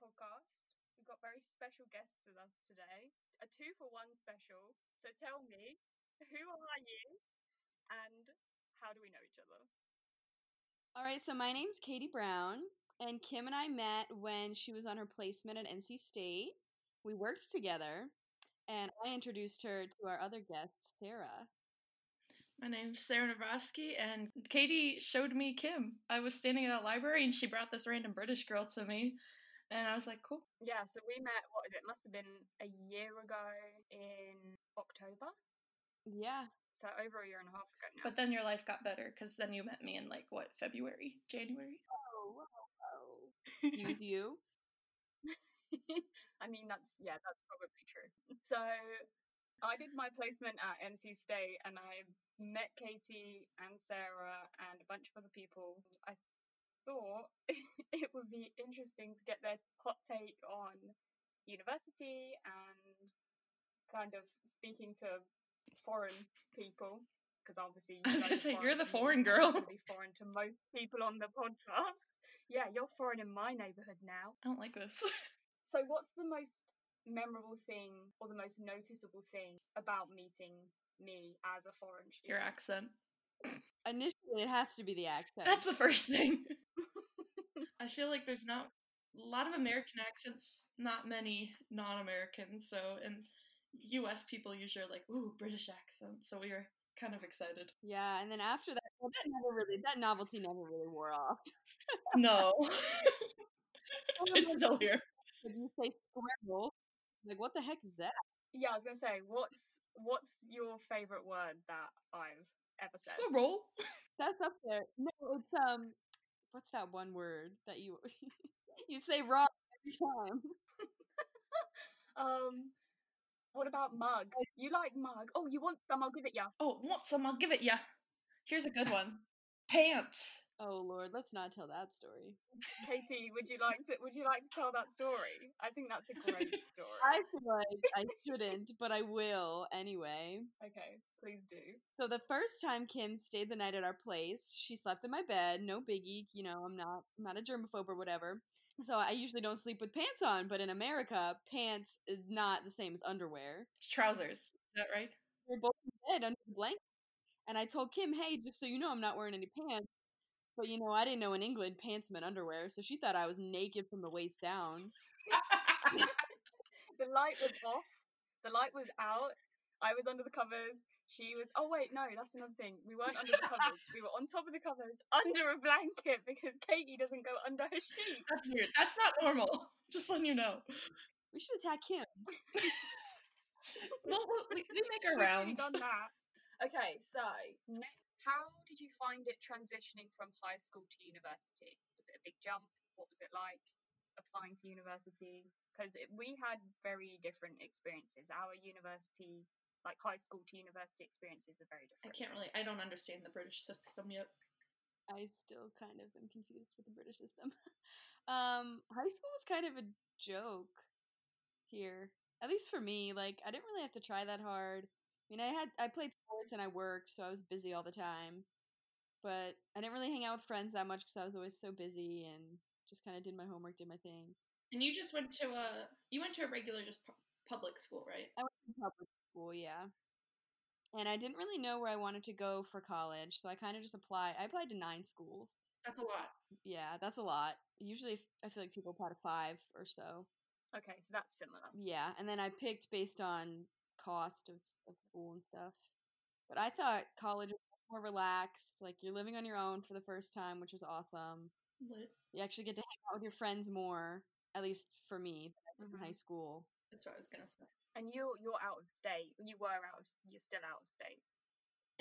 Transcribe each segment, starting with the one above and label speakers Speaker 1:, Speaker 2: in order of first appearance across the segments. Speaker 1: podcast. We've got very special guests with us today, a two for one special. So tell me, who are you and how do we know each other?
Speaker 2: All right, so my name's Katie Brown, and Kim and I met when she was on her placement at NC State. We worked together, and I introduced her to our other guest, Sarah.
Speaker 3: My name's Sarah Navrosky, and Katie showed me Kim. I was standing at a library, and she brought this random British girl to me, and I was like, cool.
Speaker 1: Yeah, so we met, what is it? Must have been a year ago in October.
Speaker 2: Yeah.
Speaker 1: So over a year and a half ago now.
Speaker 3: But then your life got better because then you met me in like what February, January.
Speaker 2: Oh, oh, oh. Use you.
Speaker 1: I mean, that's yeah, that's probably true. So I did my placement at NC State, and I met Katie and Sarah and a bunch of other people. I thought it would be interesting to get their hot take on university and kind of speaking to foreign people because obviously you
Speaker 3: I was gonna say, you're the foreign girl.
Speaker 1: Be foreign to most people on the podcast. Yeah, you're foreign in my neighborhood now.
Speaker 3: I don't like this.
Speaker 1: So, what's the most memorable thing or the most noticeable thing about meeting me as a foreign
Speaker 3: Your
Speaker 1: student?
Speaker 3: accent.
Speaker 2: Initially, it has to be the accent.
Speaker 3: That's the first thing. I feel like there's not a lot of American accents, not many non-Americans. So, and U.S. people usually are like, "Ooh, British accent." So we were kind of excited.
Speaker 2: yeah, and then after that, well, that never really, that novelty never really wore off.
Speaker 3: No, it's still here.
Speaker 2: If you say squirrel, like what the heck is that?
Speaker 1: Yeah, I was gonna say, what's what's your favorite word that I've ever said?
Speaker 3: Squirrel.
Speaker 2: That's up there. No, it's um, what's that one word that you you say wrong every time?
Speaker 1: Um, what about mug? You like mug? Oh, you want some? I'll give it you.
Speaker 3: Oh, want some? I'll give it ya. Here's a good one. Pants.
Speaker 2: Oh Lord, let's not tell that story.
Speaker 1: Katie, would you like to? Would you like to tell that story? I think that's a great story.
Speaker 2: I feel like I shouldn't, but I will anyway.
Speaker 1: Okay, please do.
Speaker 2: So the first time Kim stayed the night at our place, she slept in my bed. No biggie, you know. I'm not I'm not a germaphobe or whatever. So I usually don't sleep with pants on, but in America, pants is not the same as underwear.
Speaker 3: It's trousers. Is that right?
Speaker 2: We were both in bed under the blanket, and I told Kim, "Hey, just so you know, I'm not wearing any pants." But you know, I didn't know in England pants meant underwear, so she thought I was naked from the waist down.
Speaker 1: The light was off. The light was out. I was under the covers. She was. Oh wait, no, that's another thing. We weren't under the covers. We were on top of the covers, under a blanket, because Katie doesn't go under her sheet.
Speaker 3: That's weird. That's not normal. Just letting you know.
Speaker 2: We should attack Kim.
Speaker 3: Well, we- we, we make our
Speaker 1: We've already
Speaker 3: rounds.
Speaker 1: done that. Okay, so ne- how did you find it transitioning from high school to university? Was it a big jump? What was it like applying to university? Because we had very different experiences. Our university, like high school to university experiences, are very
Speaker 3: I
Speaker 1: different.
Speaker 3: can't really. I don't understand the British system yet.
Speaker 2: I still kind of am confused with the British system. um, high school was kind of a joke here, at least for me. Like, I didn't really have to try that hard. I mean, I had I played sports and I worked, so I was busy all the time. But I didn't really hang out with friends that much because I was always so busy and just kind of did my homework, did my thing.
Speaker 3: And you just went to a. You went to a regular, just pu- public school, right?
Speaker 2: I went to public school, yeah. And I didn't really know where I wanted to go for college, so I kind of just applied. I applied to nine schools.
Speaker 3: That's a lot.
Speaker 2: Yeah, that's a lot. Usually, f- I feel like people apply to five or so.
Speaker 1: Okay, so that's similar.
Speaker 2: Yeah, and then I picked based on cost of, of school and stuff. But I thought college was more relaxed. Like you're living on your own for the first time, which was awesome.
Speaker 3: Lit.
Speaker 2: You actually get to hang out with your friends more, at least for me, than I did in
Speaker 1: Mm-hmm.
Speaker 2: high school.
Speaker 3: That's what I was gonna say.
Speaker 1: And you, you're out of state. You were out. Of, you're still out of state.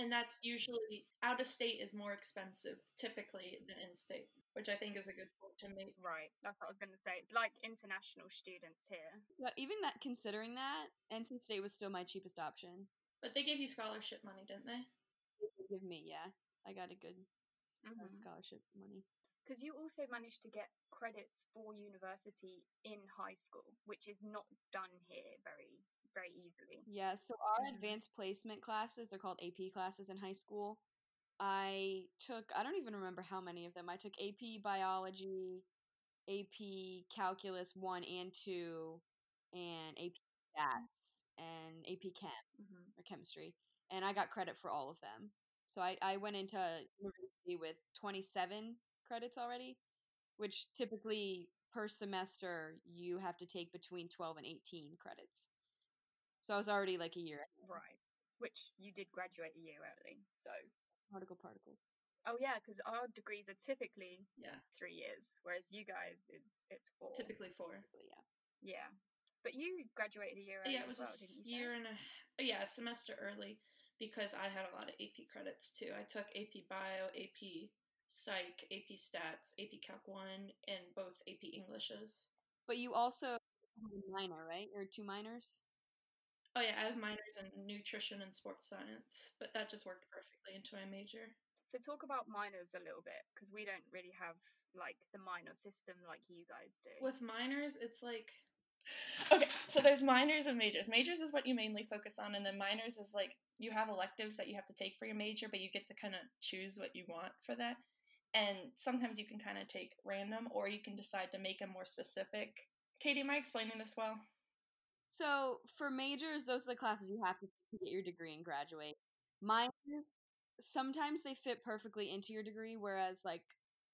Speaker 3: And that's usually out of state is more expensive typically than in state, which I think is a good point to make.
Speaker 1: Right. That's what I was going to say. It's like international students here.
Speaker 2: But even that, considering that, NC State was still my cheapest option.
Speaker 3: But they gave you scholarship money, didn't they?
Speaker 2: They Give me, yeah, I got a good uh,
Speaker 1: Mhm.
Speaker 2: scholarship money.
Speaker 1: because you also managed to get credits for university in high school, which is not done here very very easily.
Speaker 2: Yeah, so our
Speaker 3: Mhm.
Speaker 2: advanced placement classes, they're called AP classes in high school. I took, I don't even remember how many of them. I took AP biology, AP Calculus 1 and 2 and AP Stats and AP Chem
Speaker 3: Mhm.
Speaker 2: or Chemistry. And I got credit for all of them. So I, I went into university with 27 credits already, which typically per semester you have to take between 12 and 18 credits. So I was already like a year ahead.
Speaker 1: Right. Which you did graduate a year early. So,
Speaker 2: particle particle.
Speaker 1: oh yeah, because our degrees are typically
Speaker 3: Yeah,
Speaker 1: three years, whereas you guys, it's, it's four.
Speaker 3: typically four.
Speaker 2: But yeah.
Speaker 1: Yeah. But you graduated a year early
Speaker 3: Yeah, it was
Speaker 1: as well,
Speaker 3: a
Speaker 1: didn't you? say?
Speaker 3: year and a yeah a semester early because I had a lot of AP credits too. I took AP Bio, AP Psych, AP Stats, AP Calc One, and both AP Englishes.
Speaker 2: But you also had a minor, right? Or two minors?
Speaker 3: Oh yeah, I have minors in nutrition and sports science, but that just worked perfectly into my major.
Speaker 1: So talk about minors a little bit because we don't really have like the minor system like you guys do.
Speaker 3: With minors, it's like okay, so there's minors and majors. Majors is what you mainly focus on, and then minors is like you have electives that you have to take for your major, but you get to kind of choose what you want for that. And sometimes you can kind of take random, or you can decide to make them more specific. Katie, am I explaining this well?
Speaker 2: So for majors, those are the classes you have to, take to get your degree and graduate. Minors, sometimes they fit perfectly into your degree, whereas like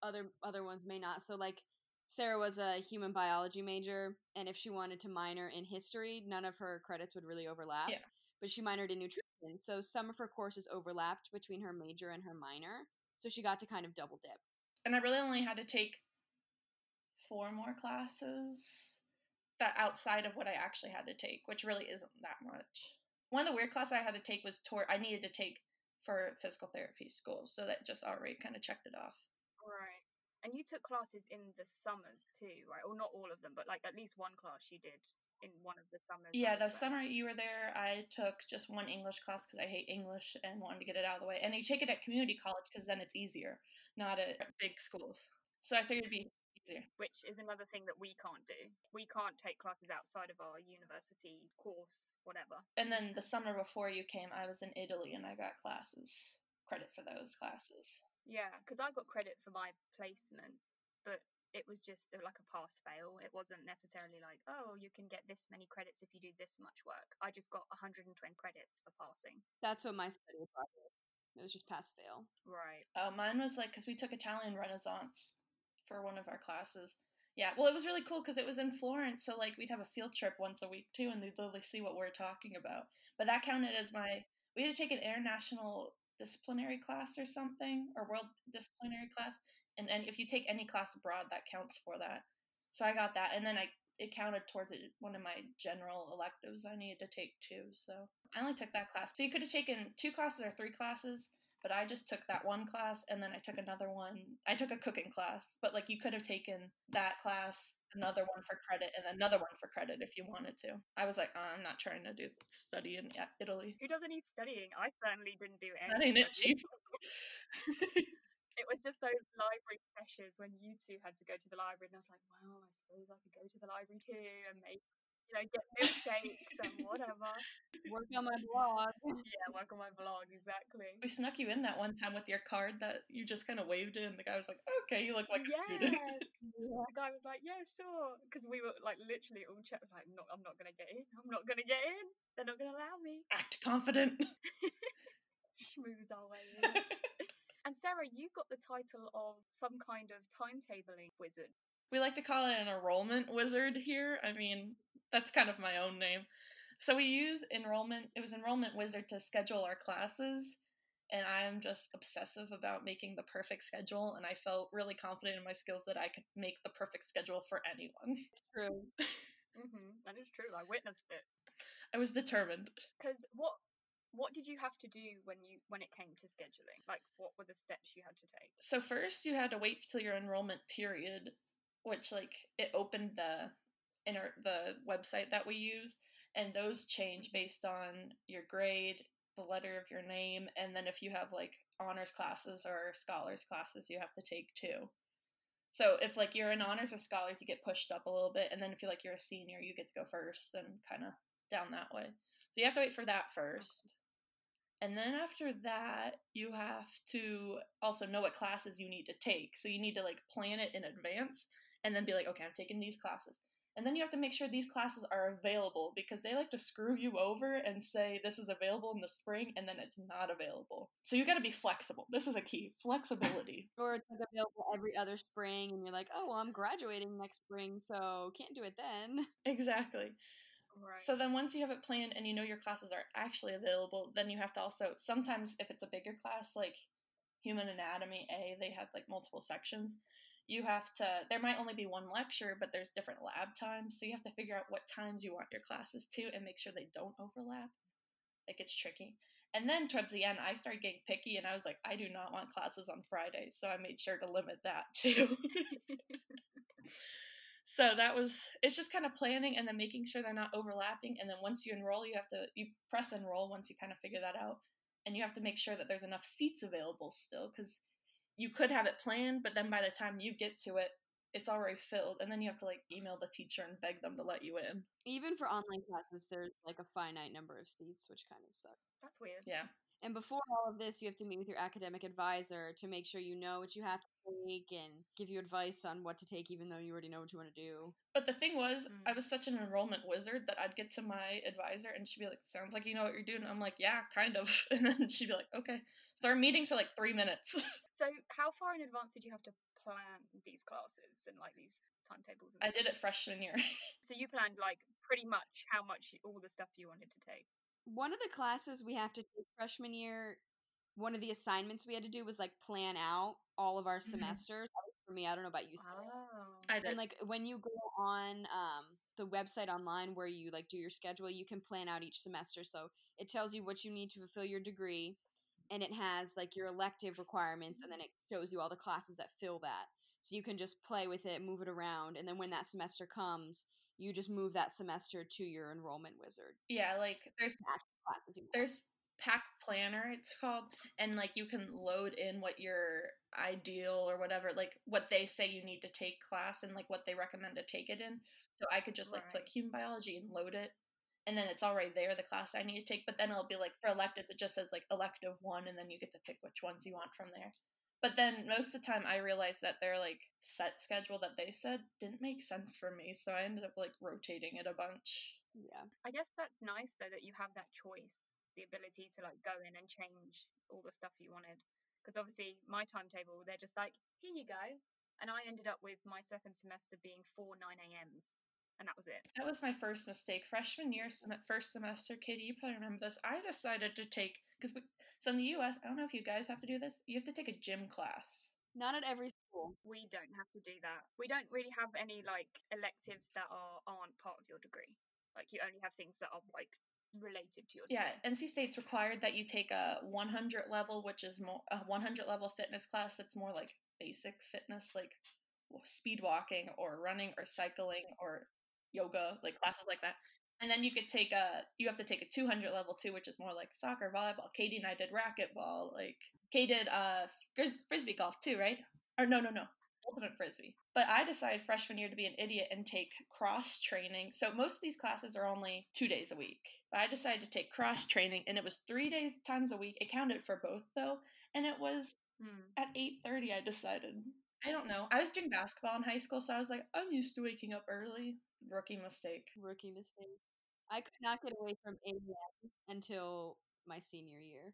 Speaker 2: other other ones may not. So like Sarah was a human biology major, and if she wanted to minor in history, none of her credits would really overlap.
Speaker 3: Yeah.
Speaker 2: But she minored in nutrition, so some of her courses overlapped between her major and her minor. So she got to kind of double dip.
Speaker 3: and I really only had to take four more classes that outside of what I actually had to take, which really isn't that much. One of the weird classes I had to take was tour I needed to take for physical therapy school, so that just already kind of checked it off.
Speaker 1: Right. And you took classes in the summers too, right? Or not all of them, but like at least one class you did in one of the summers. on
Speaker 3: Yeah,
Speaker 1: the
Speaker 3: the
Speaker 1: side.
Speaker 3: summer you were there, I took just one English class because I hate English and wanted to get it out of the way. And you take it at community college because then it's easier, not at big schools. So I figured it'd be easier.
Speaker 1: Which is another thing that we can't do. We can't take classes outside of our university course, whatever.
Speaker 3: and then the summer before you came, I was in Italy and I got classes credit for those classes.
Speaker 1: Yeah, because I got credit for my placement, but it was just a, like a pass fail. It wasn't necessarily like, oh, you can get this many credits if you do this much work. I just got 120 credits for passing.
Speaker 2: That's what my study abroad was. It was just pass fail.
Speaker 1: Right.
Speaker 3: Oh, mine was like because we took Italian Renaissance for one of our classes. Yeah, well, it was really cool because it was in Florence, so like we'd have a field trip once a week too, and they'd literally see what we're talking about. But that counted as my. We had to take an international disciplinary class or something, or world disciplinary class, and and if you take any class abroad, that counts for that. So I got that, and then I it counted towards it- one of my general electives I needed to take too. So I only took that class. So you could have taken two classes or three classes, but I just took that one class and then I took another one. I took a cooking class, but like you could have taken that class, another one for credit, and another one for credit if you wanted to. I was like, "Uh, I'm not trying to do study in I- Italy.
Speaker 1: Who does any studying? I certainly didn't do any.
Speaker 3: That ain't it,
Speaker 1: studying.
Speaker 3: chief.
Speaker 1: It was just those library sessions when you two had to go to the library, and I was like, well, I suppose I could go to the library too and make, you know, get milkshakes and whatever.
Speaker 2: Work on my blog.
Speaker 1: yeah, work on my vlog, exactly.
Speaker 3: we snuck you in that one time with your card that you just kind of waved in. The guy was like, okay, you look like a student.
Speaker 1: yeah, the guy was like, "Yeah, sure," because we were like literally all checked, like, "No, I'm not gonna get in. I'm not gonna get in. They're not gonna allow me."
Speaker 3: Act confident.
Speaker 1: Schmooze our way in. and Sarah, you got the title of some kind of timetabling wizard.
Speaker 3: we like to call it an enrollment wizard here. I mean, that's kind of my own name. So we use enrollment, it was enrollment wizard to schedule our classes. And I'm just obsessive about making the perfect schedule. And I felt really confident in my skills that I could make the perfect schedule for anyone.
Speaker 2: It's true.
Speaker 1: Mm-hmm. That is true. I witnessed it.
Speaker 3: I was determined.
Speaker 1: Because what what did you have to do when you when it came to scheduling? Like, what were the steps you had to take?
Speaker 3: So first you had to wait till your enrollment period, which like it opened the inner the website that we use, and those change based on your grade, the letter of your name, and then if you have like honors classes or scholars classes you have to take too. So if like you're in honors or scholars you get pushed up a little bit and then if you're like you're a senior you get to go first and kind of down that way. So you have to wait for that first. And then after that, you have to also know what classes you need to take. So you need to like plan it in advance and then be like, okay, I'm taking these classes. And then you have to make sure these classes are available because they like to screw you over and say this is available in the spring and then it's not available. So you got to be flexible. This is a key flexibility.
Speaker 2: Or it's like available every other spring, and you're like, oh, well, I'm graduating next spring, so can't do it then.
Speaker 3: Exactly.
Speaker 1: Right.
Speaker 3: So then once you have it planned and you know your classes are actually available, then you have to also sometimes if it's a bigger class like human anatomy A, they have like multiple sections. You have to there might only be one lecture, but there's different lab times, so you have to figure out what times you want your classes to and make sure they don't overlap. Like it's tricky. And then towards the end, I started getting picky and I was like, I do not want classes on Fridays, so I made sure to limit that too. so that was it's just kind of planning and then making sure they're not overlapping and then once you enroll you have to you press enroll once you kind of figure that out and you have to make sure that there's enough seats available still because you could have it planned but then by the time you get to it it's already filled and then you have to like email the teacher and beg them to let you in
Speaker 2: Even for online classes, there's like a finite number of seats, which kind of sucks.
Speaker 1: That's weird.
Speaker 3: yeah
Speaker 2: And before all of this, you have to meet with your academic advisor to make sure you know what you have to take and give you advice on what to take, even though you already know what you want to do.
Speaker 3: But the thing was,
Speaker 1: Mm.
Speaker 3: I was such an enrollment wizard that I'd get to my advisor and she'd be like, Sounds like you know what you're doing. I'm like, Yeah, kind of. And then she'd be like, Okay. So our meetings were like three minutes.
Speaker 1: So how far in advance did you have to plan these classes and like these timetables? And
Speaker 3: I
Speaker 1: stuff?
Speaker 3: did it freshman year.
Speaker 1: So you planned like pretty much how much you- all the stuff you wanted to take.
Speaker 2: One of the classes we have to take freshman year, one of the assignments we had to do was like plan out all of our
Speaker 3: Mhm.
Speaker 2: semesters. At least For me, I don't know about you. Sarah.
Speaker 1: Oh.
Speaker 3: I did.
Speaker 2: and like when you go on um, the website online where you like do your schedule you can plan out each semester so it tells you what you need to fulfill your degree and it has like your elective requirements and then it shows you all the classes that fill that so you can just play with it move it around and then when that semester comes you just move that semester to your enrollment wizard
Speaker 3: yeah, like there's
Speaker 2: classes you want.
Speaker 3: there's pack planner it's called and like you can load in what your ideal or whatever like what they say you need to take class and like what they recommend to take it in so i could just like click
Speaker 1: Right.
Speaker 3: human biology and load it and then it's already there the class i need to take but then it'll be like for electives it just says like elective one and then you get to pick which ones you want from there but then most of the time i realized that their like set schedule that they said didn't make sense for me so i ended up like rotating it a bunch
Speaker 2: yeah
Speaker 1: I guess that's nice though that you have that choice, the ability to like go in and change all the stuff you wanted. Because obviously my timetable, they're just like, here you go. And I ended up with my second semester being four 9 a.m.s. And that was it.
Speaker 3: That was my first mistake. Freshman year, sem- first semester, Katie, you probably remember this. I decided to take, because we, so in the US, I don't know if you guys have to do this, you have to take a gym class.
Speaker 2: not at every school
Speaker 1: We don't have to do that. We don't really have any like electives that are aren't part of your degree. Like you only have things that are like related to your
Speaker 3: Yeah,
Speaker 1: degree.
Speaker 3: NC State's required that you take a 100 level, which is more, a 100 level fitness class that's more like basic fitness, like w- speed walking or running or cycling or yoga, like classes like that. And then you could take a, you have to take a 200 level too, which is more like soccer, volleyball. Katie and I did racquetball. Like, Kay did uh, fris- frisbee golf too, right? Or no, no, no. Ultimate frisbee. But I decided freshman year to be an idiot and take cross training. So most of these classes are only two days a week. But I decided to take cross training, and it was three days times a week. It counted for both though, and it was
Speaker 1: Hmm.
Speaker 3: at eight thirty. I decided. I don't know. I was doing basketball in high school, so I was like, I'm used to waking up early. Rookie mistake.
Speaker 2: rookie mistake i could not get away from a.m until my senior year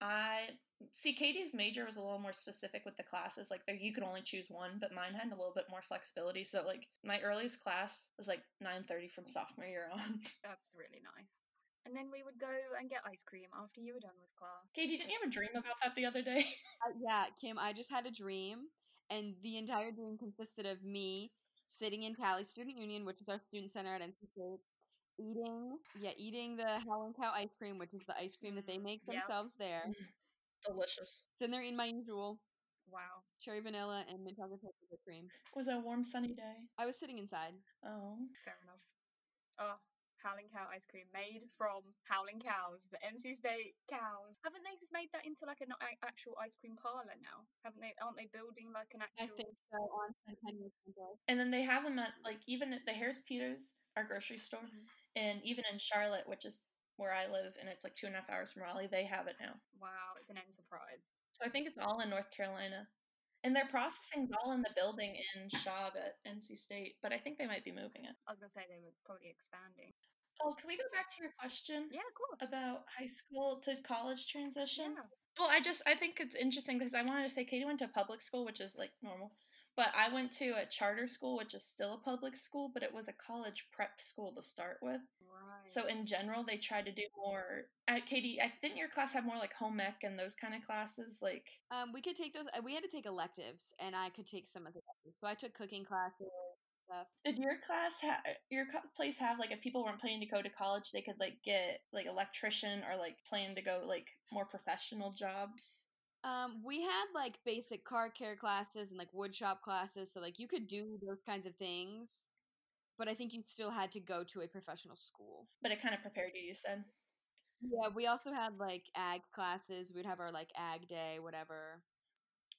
Speaker 3: I see Katie's major was a little more specific with the classes. Like there you could only choose one, but mine had a little bit more flexibility. So like my earliest class was like nine thirty from sophomore year on.
Speaker 1: That's really nice. And then we would go and get ice cream after you were done with class.
Speaker 3: Katie, didn't you have a dream about that the other day?
Speaker 2: Uh, yeah, Kim, I just had a dream, and the entire dream consisted of me sitting in Cali Student Union, which is our student center at NC State, eating, yeah, eating the Howling Cow ice cream, which is the ice cream that they
Speaker 1: Mm,
Speaker 2: make
Speaker 1: yep.
Speaker 2: themselves there.
Speaker 3: Delicious.
Speaker 2: Sitting there eating my usual
Speaker 1: Wow.
Speaker 2: cherry vanilla and mint chocolate chip whipped cream.
Speaker 3: It was a warm sunny day.
Speaker 2: I was sitting inside.
Speaker 3: Oh.
Speaker 1: Fair enough. Oh, Howling Cow ice cream made from Howling Cows, the NC State cows. Haven't they just made that into like an a- actual ice cream parlor now? Haven't they? Aren't they building like an
Speaker 2: I
Speaker 1: actual?
Speaker 2: think so on Centennial Campus.
Speaker 3: And then they have them at like even at the Harris Teeters, our grocery store,
Speaker 1: Mhm.
Speaker 3: and even in Charlotte, which is where I live, and it's like two and a half hours from Raleigh, they have it now.
Speaker 1: Wow, it's an enterprise.
Speaker 3: So I think it's all in North Carolina. And their processing's all in the building in Shaw at NC State, but I think they might be moving it.
Speaker 1: I was gonna say they were probably expanding.
Speaker 3: Oh, can we go back to your question
Speaker 1: Yeah, of course.
Speaker 3: about high school to college transition?
Speaker 1: Yeah.
Speaker 3: Well, I just I think it's interesting because I wanted to say Katie went to public school, which is like normal, but I went to a charter school, which is still a public school, but it was a college prep school to start with.
Speaker 1: Right.
Speaker 3: So in general, they try to do more. Uh, Katie, I didn't your class have more like home ec and those kind of classes? Like,
Speaker 2: Um, we could take those. uh, We had to take electives, and I could take some as electives. So I took cooking classes.
Speaker 3: did your class ha- uh, your co- place have like if people weren't planning to go to college, they could like get like electrician or like plan to go like more professional jobs?
Speaker 2: Um, we had like basic car care classes and like wood shop classes. So like you could do those kinds of things, but I think you still had to go to a professional school.
Speaker 3: But it kind of prepared you. You said.
Speaker 2: Yeah, we also had like ag classes. We'd have our like ag day, whatever.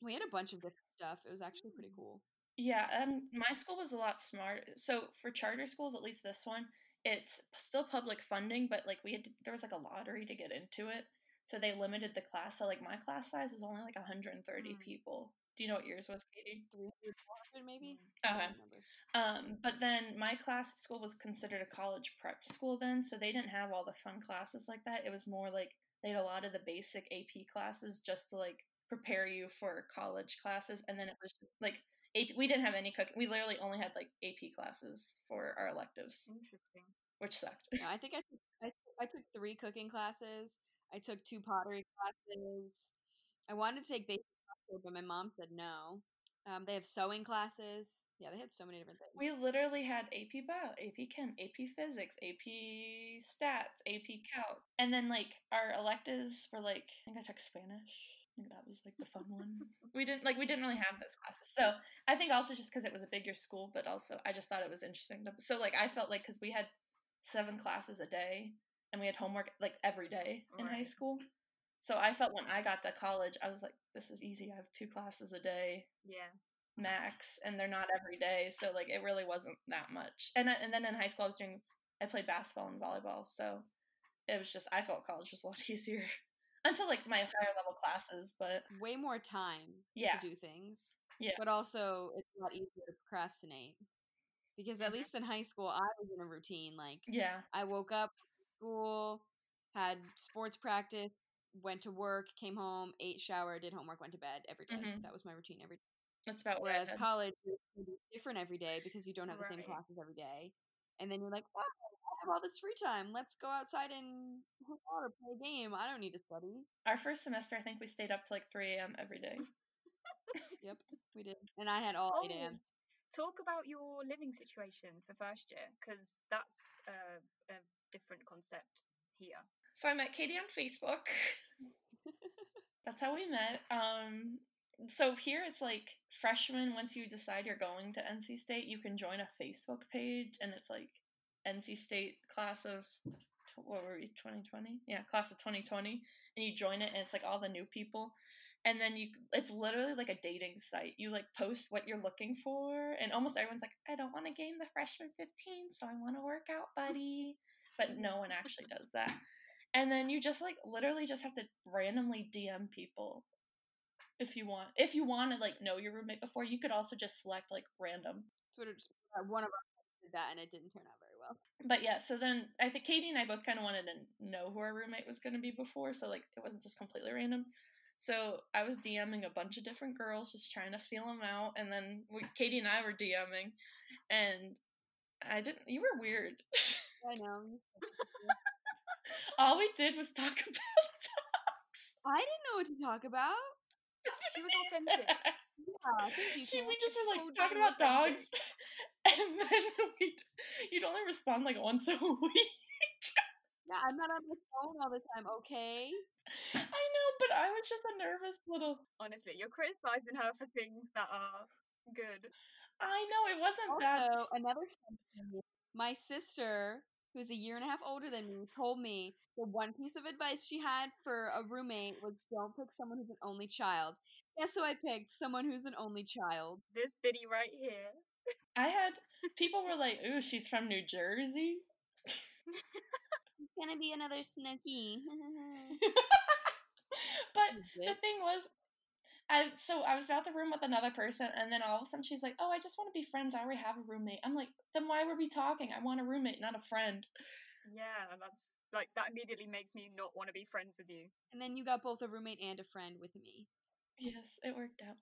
Speaker 2: We had a bunch of different stuff. It was actually pretty cool.
Speaker 3: Yeah, um, my school was a lot smart. So for charter schools, at least this one, it's p- still public funding, but like we had, to, there was like a lottery to get into it. So they limited the class. So like my class size is only like 130
Speaker 1: Mm.
Speaker 3: people. Do you know what yours was, Katie?
Speaker 2: 300, 400 maybe? I don't
Speaker 3: Okay.
Speaker 2: remember.
Speaker 3: Um, but then my class at school was considered a college prep school then, so they didn't have all the fun classes like that. It was more like they had a lot of the basic AP classes just to like prepare you for college classes, and then it was like AP, we didn't have any cooking. We literally only had like AP classes for our
Speaker 1: Mm.
Speaker 3: electives,
Speaker 1: Interesting.
Speaker 3: which sucked.
Speaker 2: No, I think I took, I, took- I took three cooking classes. I took two pottery classes. I wanted to take basic pottery, but my mom said no. Um, they have sewing classes. Yeah, they had so many different things.
Speaker 3: We literally had AP Bio, AP Chem, AP Physics, AP Stats, AP Calc, and then like our electives were like I think I took Spanish. I think that was like the fun one. we didn't like we didn't really have those classes, so I think also just because it was a bigger school, but also I just thought it was interesting. To, so like I felt like because we had seven classes a day and we had homework like every day in high
Speaker 1: Right.
Speaker 3: school, so I felt when I got to college, I was like, this is easy. I have two classes a day
Speaker 1: Yeah.
Speaker 3: max and they're not every day so like it really wasn't that much and I, and then in high school I was doing I played basketball and volleyball so it was just I felt college was a lot easier until like my higher level classes but
Speaker 2: Way more time
Speaker 3: Yeah.
Speaker 2: to do things.
Speaker 3: Yeah.
Speaker 2: But also, it's a lot easier to procrastinate. Because
Speaker 3: Mm-hmm.
Speaker 2: at least in high school, I was in a routine. Like,
Speaker 3: yeah
Speaker 2: I woke up, school, had sports practice, went to work, came home, ate, shower, did homework, went to bed every day.
Speaker 3: Mhm.
Speaker 2: That was my routine every day.
Speaker 3: that's about where I
Speaker 2: Whereas
Speaker 3: was.
Speaker 2: college is gonna be different every day because you don't have the same
Speaker 1: Right.
Speaker 2: classes every day. And then you're like, wow, I have all this free time. Let's go outside and hang out or play a game. I don't need to study.
Speaker 3: our first semester I think we stayed up to like 3 a.m every day
Speaker 2: We did. And I had all eight
Speaker 1: Oh.
Speaker 2: AMs.
Speaker 1: Talk about your living situation for first year, because that's uh, a different concept here.
Speaker 3: so I met Katie on Facebook that's how we met um so here it's like freshmen once you decide you're going to NC State you can join a Facebook page and it's like NC State class of tw- what were we 2020 yeah class of 2020 and you join it and it's like all the new people and then you it's literally like a dating site you like post what you're looking for and almost everyone's like I don't want to gain the freshman 15 so I want to work out buddy but no one actually does that and then you just like literally just have to randomly DM people if you want if you want to like know your roommate before you could also just select like random
Speaker 2: Sort of just- uh, one of us did that and it didn't turn out very well.
Speaker 3: but yeah, so then I think Katie and I both kind of wanted to know who our roommate was going to be before, so like it wasn't just completely random. So I was DMing a bunch of different girls, just trying to feel them out, and then we, Katie and I were DMing, and I didn't. You were weird.
Speaker 2: I know. you said-
Speaker 3: All we did was talk about dogs.
Speaker 2: I didn't know what to talk about.
Speaker 1: She was authentic.
Speaker 2: Yeah, thank you,
Speaker 3: She-
Speaker 2: Kat.
Speaker 3: we just were like
Speaker 1: Full
Speaker 3: talking
Speaker 1: day
Speaker 3: about
Speaker 1: authentic.
Speaker 3: dogs, and then we you'd only respond like once a week.
Speaker 2: Yeah, I'm not on my phone all the time, okay?
Speaker 3: I know, but I was just a nervous little.
Speaker 1: Honestly, you're criticizing her for things that are good.
Speaker 3: I know it wasn't bad.
Speaker 2: Also, another fun thing, my sister, who's a year and a half older than me, told me the one piece of advice she had for a roommate was don't pick someone who's an only child. Guess who I picked? Someone who's an only child.
Speaker 1: This biddy right here.
Speaker 3: I had people were like, "Ooh, she's from New Jersey."
Speaker 2: It's gonna be another snooky.
Speaker 3: but the thing was, I, so I was about the room with another person, and then all of a sudden she's like, "Oh, I just want to be friends. I already have a roommate." I'm like, "Then why were we talking? I want a roommate, not a friend."
Speaker 1: Yeah, that's like that immediately makes me not want to be friends with you.
Speaker 2: And then you got both a roommate and a friend with me.
Speaker 3: Yes, it worked out.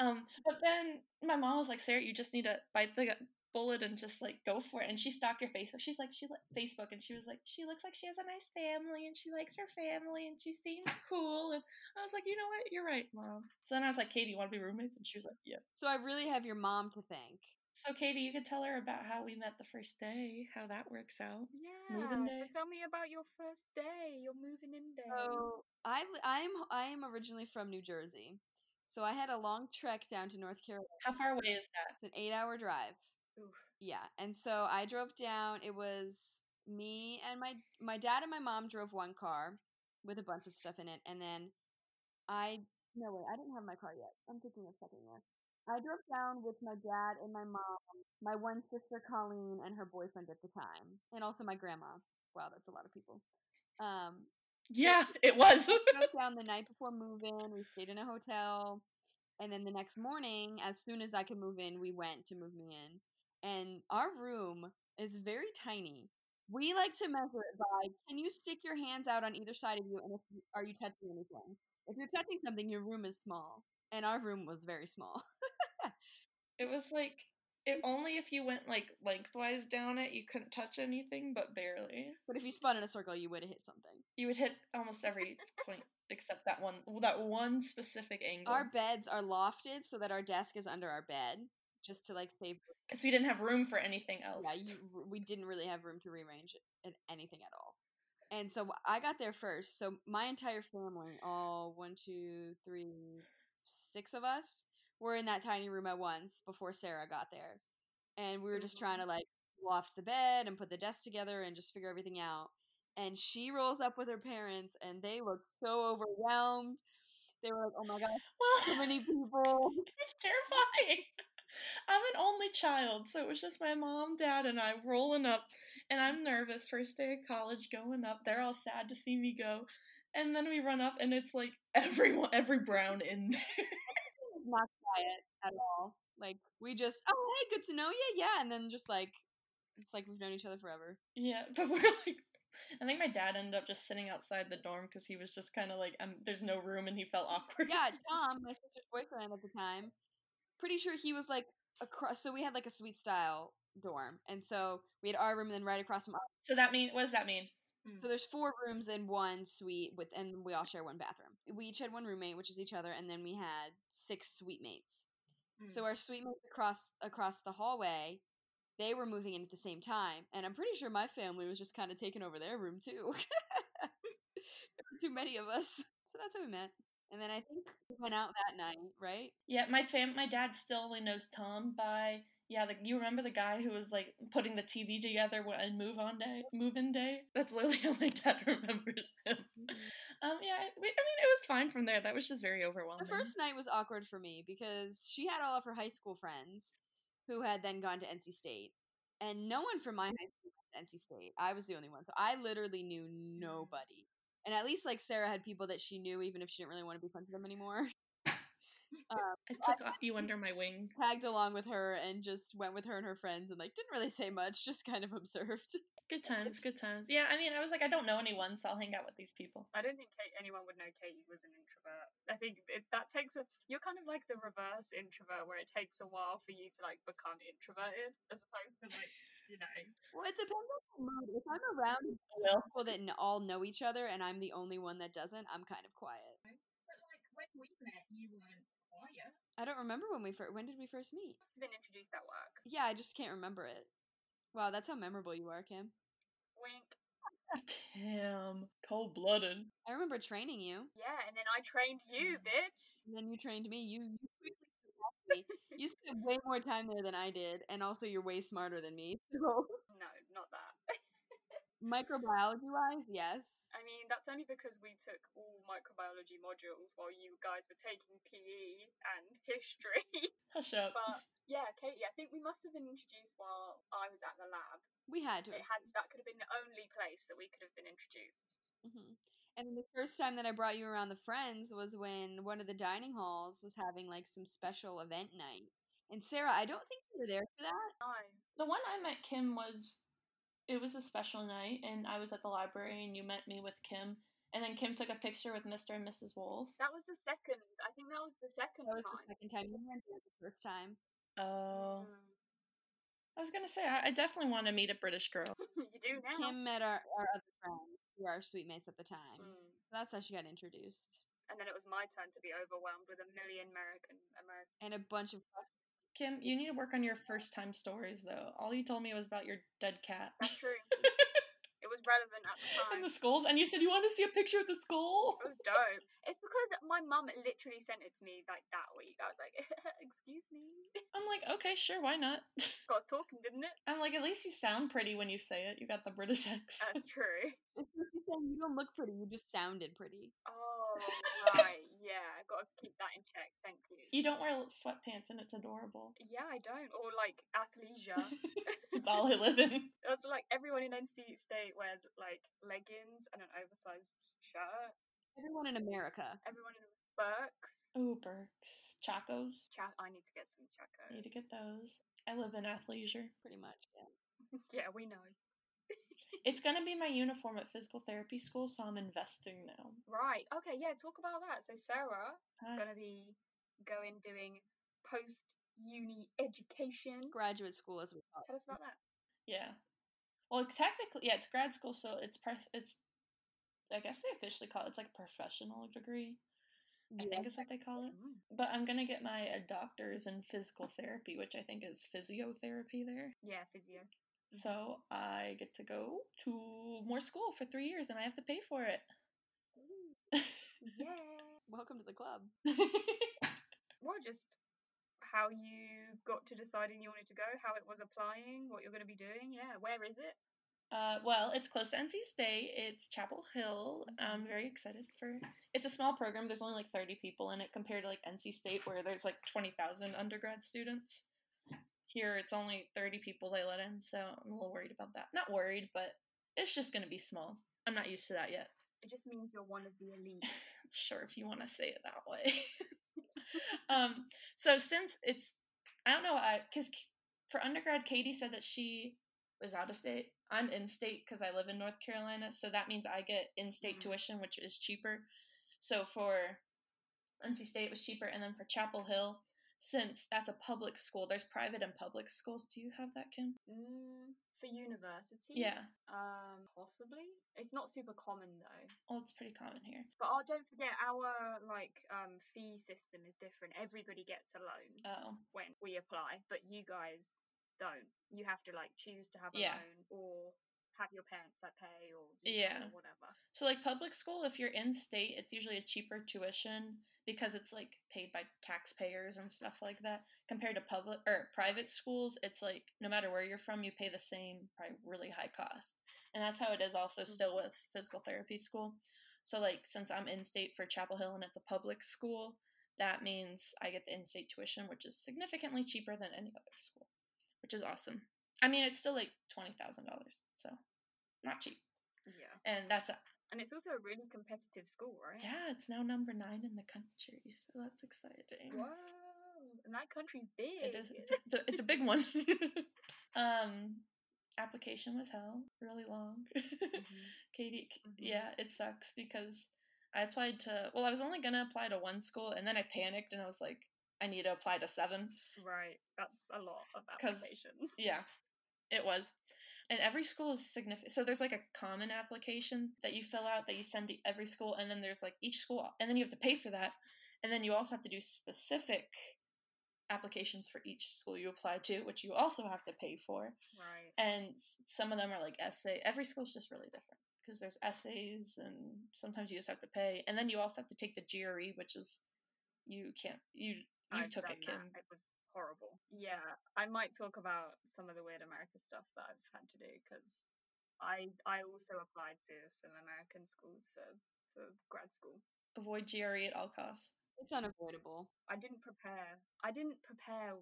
Speaker 3: Um, but then my mom was like, "Sarah, you just need to bite the bullet and just like go for it." And she stalked your Facebook. She's like, she li- Facebook, and she was like, she looks like she has a nice family, and she likes her family, and she seems cool. And I was like, you know what? You're right, mom. So then I was like, Katie, you want to be roommates? And she was like, yeah.
Speaker 2: So I really have your mom to thank.
Speaker 3: So Katie, you could tell her about how we met the first day, how that works out.
Speaker 1: Yeah. So
Speaker 3: Moving day.
Speaker 1: tell me about your first day, your moving in day.
Speaker 2: So I li- I am I am originally from New Jersey, so I had a long trek down to North Carolina.
Speaker 3: How far away is that?
Speaker 2: It's an eight-hour drive.
Speaker 1: Oof.
Speaker 2: Yeah, and so I drove down. It was me and my my dad and my mom drove one car with a bunch of stuff in it, and then I no wait I didn't have my car yet. I'm thinking of second year. I drove down with my dad and my mom, my one sister Colleen and her boyfriend at the time, and also my grandma. Wow, that's a lot of people. Um,
Speaker 3: Yeah, it was.
Speaker 2: drove down the night before move in. We stayed in a hotel. And then the next morning, as soon as I could move in, we went to move me in. And our room is very tiny. We like to measure it by can you stick your hands out on either side of you and if you, are you touching anything? If you're touching something, your room is small. And our room was very small.
Speaker 3: it was like it only if you went like lengthwise down it, you couldn't touch anything, but barely.
Speaker 2: But if you spun in a circle, you would have hit something.
Speaker 3: You would hit almost every point except that one, well, that one specific angle.
Speaker 2: Our beds are lofted so that our desk is under our bed just to like save
Speaker 3: Because we didn't have room for anything else.
Speaker 2: yeah, you, r- we didn't really have room to rearrange it, anything at all. And so wh- I got there first. So my entire family, all one, two, three, six of us, were in that tiny room at once before Sarah got there. And we were just trying to like loft the bed and put the desk together and just figure everything out. And she rolls up with her parents and they look so overwhelmed. They were like, oh my God, so
Speaker 3: well,
Speaker 2: many people.
Speaker 3: It's terrifying. I'm an only child, so it was just my mom, dad, and I rolling up, and I'm nervous. First day of college, going up. They're all sad to see me go, and then we run up, and it's like everyone, every brown in there.
Speaker 2: was not quiet at all. Like we just, oh hey, good to know you, yeah, and then just like it's like we've known each other forever.
Speaker 3: yeah, but we're like, I think my dad ended up just sitting outside the dorm because he was just kind of like, um, there's no room, and he felt awkward.
Speaker 2: Yeah, Tom, my sister's boyfriend at the time, pretty sure he was like across. So we had like a suite style dorm, and so we had our room, and then right across from our.
Speaker 3: So that mean, what does that mean?
Speaker 1: Mm.
Speaker 2: So there's four rooms in one suite with, and we all share one bathroom. We each had one roommate, which is each other, and then we had six suite mates.
Speaker 1: Mm,
Speaker 2: So our suite mates across across the hallway, they were moving in at the same time, and I'm pretty sure my family was just kind of taking over their room too. There were too many of us, so that's how we met. And then I think we went out that night, right?
Speaker 3: Yeah, my fam, my dad still only knows Tom by yeah. The, you remember the guy who was like putting the TV together when on move on day, move in day. That's literally how my dad remembers him.
Speaker 1: Mm-hmm.
Speaker 3: Um, yeah, I- we, I mean it was fine from there. That was just very
Speaker 2: The
Speaker 3: overwhelming.
Speaker 2: first night was awkward for me because she had all of her high school friends who had then gone to NC State, and no one from my high school went to NC State. I was the only one, so I literally knew nobody. And at least like Sarah had people that she knew, even if she didn't really want to be friends with them anymore.
Speaker 3: I took you under my wing.
Speaker 2: tagged along with her and just went with her and her friends and like didn't really say much, just kind of observed.
Speaker 3: Good times, good times. Yeah, I mean I was like I don't know anyone, so I'll hang out with these people.
Speaker 1: I don't think Kate, anyone would know Katie was an introvert. I think it, that takes a. You're kind of like the reverse introvert, where it takes a while for you to like become introverted, as opposed to like, you know.
Speaker 2: Well, it depends on the mood. If I'm around
Speaker 3: Well,
Speaker 2: people that n- all know each other and I'm the only one that doesn't, I'm kind of quiet.
Speaker 1: But like when we met, you weren't quiet.
Speaker 2: I don't remember when we first. When did we first meet?
Speaker 1: Must have been introduced at work.
Speaker 2: Yeah, I just can't remember it. Wow, that's how memorable you are, Kim.
Speaker 1: Wink.
Speaker 3: damn, cold blooded.
Speaker 2: I remember training you.
Speaker 1: Yeah, and then I trained you,
Speaker 3: Mm.
Speaker 1: bitch.
Speaker 2: And then you trained me. You you quickly surpassed me. You spent way more time there than I did, and also you're way smarter than me. So
Speaker 1: No, not that.
Speaker 2: microbiology wise, yes.
Speaker 1: I mean, that's only because we took all microbiology modules while you guys were taking PE and history.
Speaker 3: Hush up.
Speaker 1: but yeah, Katie, I think we must have been introduced while I was at the lab.
Speaker 2: We had to.
Speaker 1: It had that could have been the only place that we could have been introduced.
Speaker 2: hmm And the first time that I brought you around the friends was when one of the dining halls was having like some special event night. And Sarah, I don't think you were there for that.
Speaker 1: No.
Speaker 3: The one I met Kim was it was a special night and I was at the library and you met me with Kim and then Kim took a picture with Mr. and Mrs. Wolf.
Speaker 1: That was the second. I think that was the second
Speaker 2: That was
Speaker 1: time.
Speaker 2: the second time you went there the first time.
Speaker 3: Oh.
Speaker 1: Mm.
Speaker 3: I was gonna say I, I definitely want to meet a British girl.
Speaker 1: Mm. you do now.
Speaker 2: Kim met our, our other friends who were our sweet mates at the time.
Speaker 1: Mm.
Speaker 2: So that's how she got introduced.
Speaker 1: And then it was my turn to be overwhelmed with a million American American.
Speaker 2: And a bunch of
Speaker 3: Kim, you need to work on your first time stories though. All you told me was about your dead cat
Speaker 1: That's true. it was relevant at the time.
Speaker 3: and the skulls, and you said you want to see a picture of the skull.
Speaker 1: It was dope. It's because my mum literally sent it to me like that week. I was like, excuse me.
Speaker 3: I'm like, okay, sure, why not?
Speaker 1: Got us talking, didn't it?
Speaker 3: I'm like, at least you sound pretty when you say it. You got the British accent.
Speaker 1: That's true.
Speaker 2: It's like you said, you don't look pretty, you just sounded pretty.
Speaker 1: Oh, right. Yeah, gotta keep that in check. Thank you.
Speaker 3: You don't wear sweatpants, and it's adorable.
Speaker 1: Yeah, I don't. Or like athleisure.
Speaker 3: It's all I live in.
Speaker 1: That's like everyone in NC State wears like leggings and an oversized shirt.
Speaker 2: Everyone in America.
Speaker 1: Everyone in Burks.
Speaker 3: Uber, chacos.
Speaker 1: Cha- I need to get some chacos.
Speaker 3: Need to get those. I live in athleisure.
Speaker 2: Pretty much, yeah.
Speaker 1: Yeah, we know.
Speaker 3: It's gonna be my uniform at physical therapy school, so I'm investing now.
Speaker 1: Right. Okay. Yeah. Talk about that. So Sarah
Speaker 3: Hi.
Speaker 1: gonna be going doing post uni education.
Speaker 2: Graduate school, as we call it.
Speaker 1: Tell us about that.
Speaker 3: Yeah. Well, it's technically, yeah, it's grad school, so it's pres it's. I guess they officially call it, it's like a professional degree. I
Speaker 2: Yeah.
Speaker 3: think is what they call it.
Speaker 1: Mm,
Speaker 3: But I'm gonna get my uh, doctor's in physical therapy, which I think is physiotherapy there.
Speaker 1: Yeah, physio.
Speaker 3: So I get to go to more school for three years, and I have to pay for it.
Speaker 1: Yeah.
Speaker 2: Welcome to the club.
Speaker 1: Well, just how you got to deciding you wanted to go, how it was applying, what you're gonna be doing. Yeah. Where is it?
Speaker 3: Uh, well, it's close to NC State. It's Chapel Hill. I'm very excited for. It's a small program. There's only like 30 people in it compared to like NC State where there's like 20,000 undergrad students. Here it's only 30 people they let in, so I'm a little worried about that. Not worried, but it's just going to be small. I'm not used to that yet.
Speaker 1: It just means you're one of the elite.
Speaker 3: Sure, if you want to say it that way. um, so since it's, I don't know, I because for undergrad, Katie said that she was out of state. I'm in state because I live in North Carolina, so that means I get in-state
Speaker 1: Mhm.
Speaker 3: tuition, which is cheaper. So for NC State, it was cheaper, and then for Chapel Hill, since that's a public school, there's private and public schools. Do you have that, Kim?
Speaker 1: Mm, for university.
Speaker 3: Yeah.
Speaker 1: Um, possibly. It's not super common though.
Speaker 3: Well, it's pretty common here.
Speaker 1: But oh, don't forget our like um fee system is different. Everybody gets a loan.
Speaker 3: Oh,
Speaker 1: when we apply, but you guys don't. You have to like choose to have a
Speaker 3: Yeah.
Speaker 1: loan or have your parents that pay or you
Speaker 3: Yeah.
Speaker 1: know, whatever.
Speaker 3: So like public school, if you're in state, it's usually a cheaper tuition because it's like paid by taxpayers and stuff like that. Compared to public or private schools, it's like no matter where you're from, you pay the same probably really high cost. And that's how it is also still with physical therapy school. So like since I'm in state for Chapel Hill and it's a public school, that means I get the in state tuition, which is significantly cheaper than any other school, which is awesome. I mean it's still like twenty thousand dollars, so not cheap.
Speaker 1: Yeah,
Speaker 3: And that's
Speaker 1: and it's also a really competitive school, right?
Speaker 3: yeah, it's now number nine in the country, so that's exciting.
Speaker 1: Wow, and that country's big.
Speaker 3: It is. It's a, it's a- it's a big one. um, application was hell, really long. Katie,
Speaker 1: Mhm.
Speaker 3: yeah, it sucks because I applied to. Well, I was only gonna apply to one school, and then I panicked, and I was like, I need to apply to seven.
Speaker 1: Right, that's a lot of
Speaker 3: 'Cause-
Speaker 1: applications.
Speaker 3: Yeah, it was. And every school is significant. So there's like a common application that you fill out that you send to every school, and then there's like each school, and then you have to pay for that, and then you also have to do specific applications for each school you apply to, which you also have to pay for.
Speaker 1: Right.
Speaker 3: And s- some of them are like essay. Every school's just really different because there's essays, and sometimes you just have to pay, and then you also have to take the GRE, which is you can't you you
Speaker 1: I've
Speaker 3: took
Speaker 1: done
Speaker 3: it, Kim.
Speaker 1: that. It was horrible. Yeah, I might talk about some of the weird America stuff that I've had to do because I I also applied to some American schools for for grad school.
Speaker 3: Avoid GRE at all costs.
Speaker 2: It's unavoidable.
Speaker 1: I didn't prepare. I didn't prepare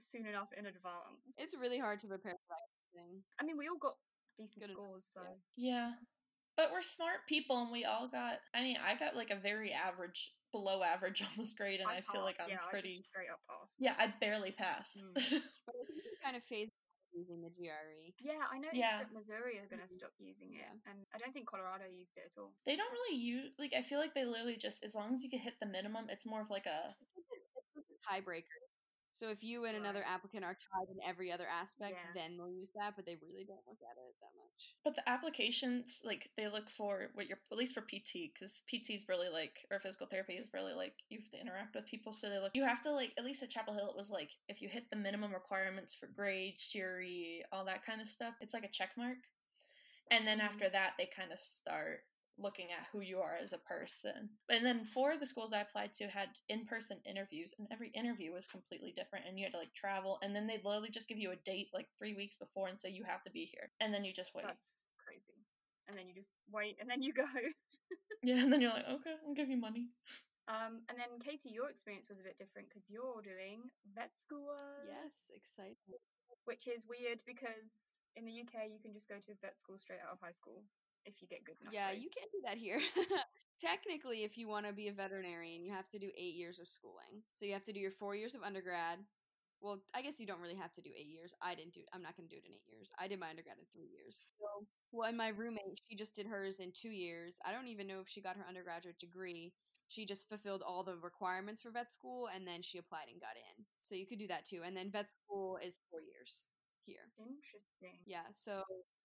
Speaker 1: soon enough in advance.
Speaker 2: It's really hard to prepare for that thing.
Speaker 1: I mean, we all got decent
Speaker 2: Good enough,
Speaker 1: scores, so
Speaker 2: yeah.
Speaker 3: Yeah, But we're smart people and we all got I mean, I got like a very average below average almost grade and I, feel like
Speaker 1: passed,
Speaker 3: I'm
Speaker 1: yeah, I
Speaker 3: pretty
Speaker 1: just straight up passed.
Speaker 3: Yeah, I barely passed.
Speaker 1: Mm.
Speaker 2: But I think you kind of phased out using the E. GRE.
Speaker 1: Yeah, I noticed
Speaker 3: Yeah.
Speaker 1: that
Speaker 3: Mm-hmm.
Speaker 1: Missouri are going to
Speaker 2: Mhm.
Speaker 1: stop using it,
Speaker 2: Yeah.
Speaker 1: and I don't think Colorado used it at all.
Speaker 3: they don't really use like I feel like they literally just as long as you can hit the minimum, it's more of like a
Speaker 2: It's like a, it's like a tiebreaker. So if you and another
Speaker 1: Right.
Speaker 2: applicant are tied in every other aspect,
Speaker 1: Yeah.
Speaker 2: then we'll use that. But they really don't look at it that much.
Speaker 3: but the applications like they look for what you're at least for PT because PT is really like or physical therapy is really like you have to interact with people so they look you have to like at least at Chapel Hill it was like if you hit the minimum requirements for grades, theory, all that kind of stuff it's like a check mark, and then
Speaker 1: Mhm.
Speaker 3: after that they kind of start looking at who you are as a person and then four of the schools I applied to had in person interviews and every interview was completely different and you had to like travel and then they literally just give you a date like three weeks before and say you have to be here and then you just wait.
Speaker 1: That's crazy. And then you just wait, and then you go.
Speaker 3: Yeah, and then you're like, okay, I'll give you money.
Speaker 1: Um, and then Katie, your experience was a bit different because you're doing vet school,
Speaker 2: Yes, exciting.
Speaker 1: which is weird because in the UK you can just go to vet school straight out of high school if you get good enough.
Speaker 2: Yeah,
Speaker 1: grades.
Speaker 2: you can't do that here. Technically, if you want to be a veterinarian, you have to do eight years of schooling. So you have to do your four years of undergrad. Well, I guess you don't really have to do eight years. I didn't do. I'm not going to do it in eight years. I did my undergrad in three years. So, well, and my roommate, she just did hers in two years. I don't even know if she got her undergraduate degree. She just fulfilled all the requirements for vet school, and then she applied and got in. So you could do that too. And then vet school is four years here.
Speaker 1: Interesting.
Speaker 2: Yeah. So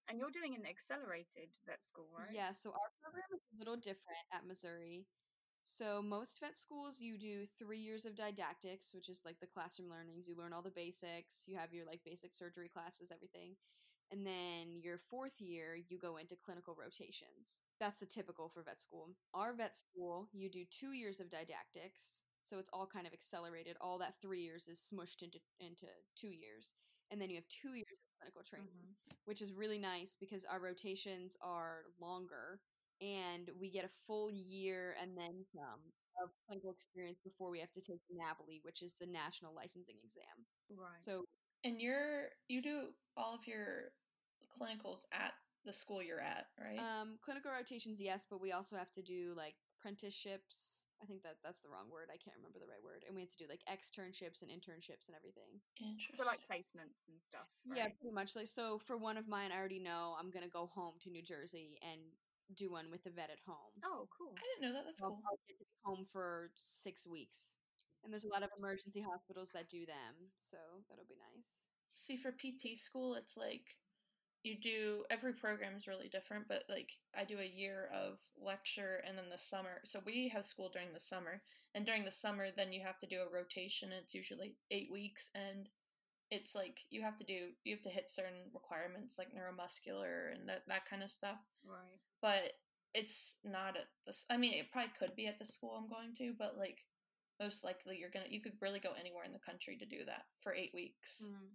Speaker 1: And you're doing an accelerated vet school, right?
Speaker 2: yeah, so our program is a little different at Missouri. So most vet schools you do 3 years of didactics, which is like the classroom learnings. You learn all the basics, you have your like basic surgery classes, everything. And then your fourth year, you go into clinical rotations. That's the typical for vet school. Our vet school, you do 2 years of didactics. So it's all kind of accelerated. All that 3 years is smushed into into 2 years. And then you have 2 years of clinical training
Speaker 1: Mhm.
Speaker 2: which is really nice because our rotations are longer and we get a full year and then some of clinical experience before we have to take the NAVLE, E, which is the National Licensing Exam.
Speaker 1: Right.
Speaker 2: So
Speaker 3: And you're you do all of your clinicals at the school you're at, right?
Speaker 1: Uh,
Speaker 2: um, clinical rotations, yes, but we also have to do like apprenticeships. I think that that's the wrong word. I can't remember the right word. And we have to do like externships and internships and everything.
Speaker 3: Interesting.
Speaker 1: so like placements and stuff.
Speaker 2: Yeah,
Speaker 1: Right?
Speaker 2: pretty much. Like, so for one of mine, I already know I'm going to go home to New Jersey and do one with the vet at home.
Speaker 1: Oh, cool.
Speaker 3: I didn't know that. That's
Speaker 2: I'll
Speaker 3: cool.
Speaker 2: probably get to be home for six weeks. And there's a lot of emergency hospitals that do them, so that'll be nice.
Speaker 3: See, for PT school, it's like you do every program is really different, but like I do a year of lecture and then the summer. So we have school during the summer, and during the summer, then you have to do a rotation. and It's usually eight weeks, and it's like you have to do you have to hit certain requirements like neuromuscular and that that kind of stuff.
Speaker 1: Right.
Speaker 3: but it's not at this i mean it probably could be at the school i'm going to but like most likely you're gonna you could really go anywhere in the country to do that for eight weeks
Speaker 1: Mm,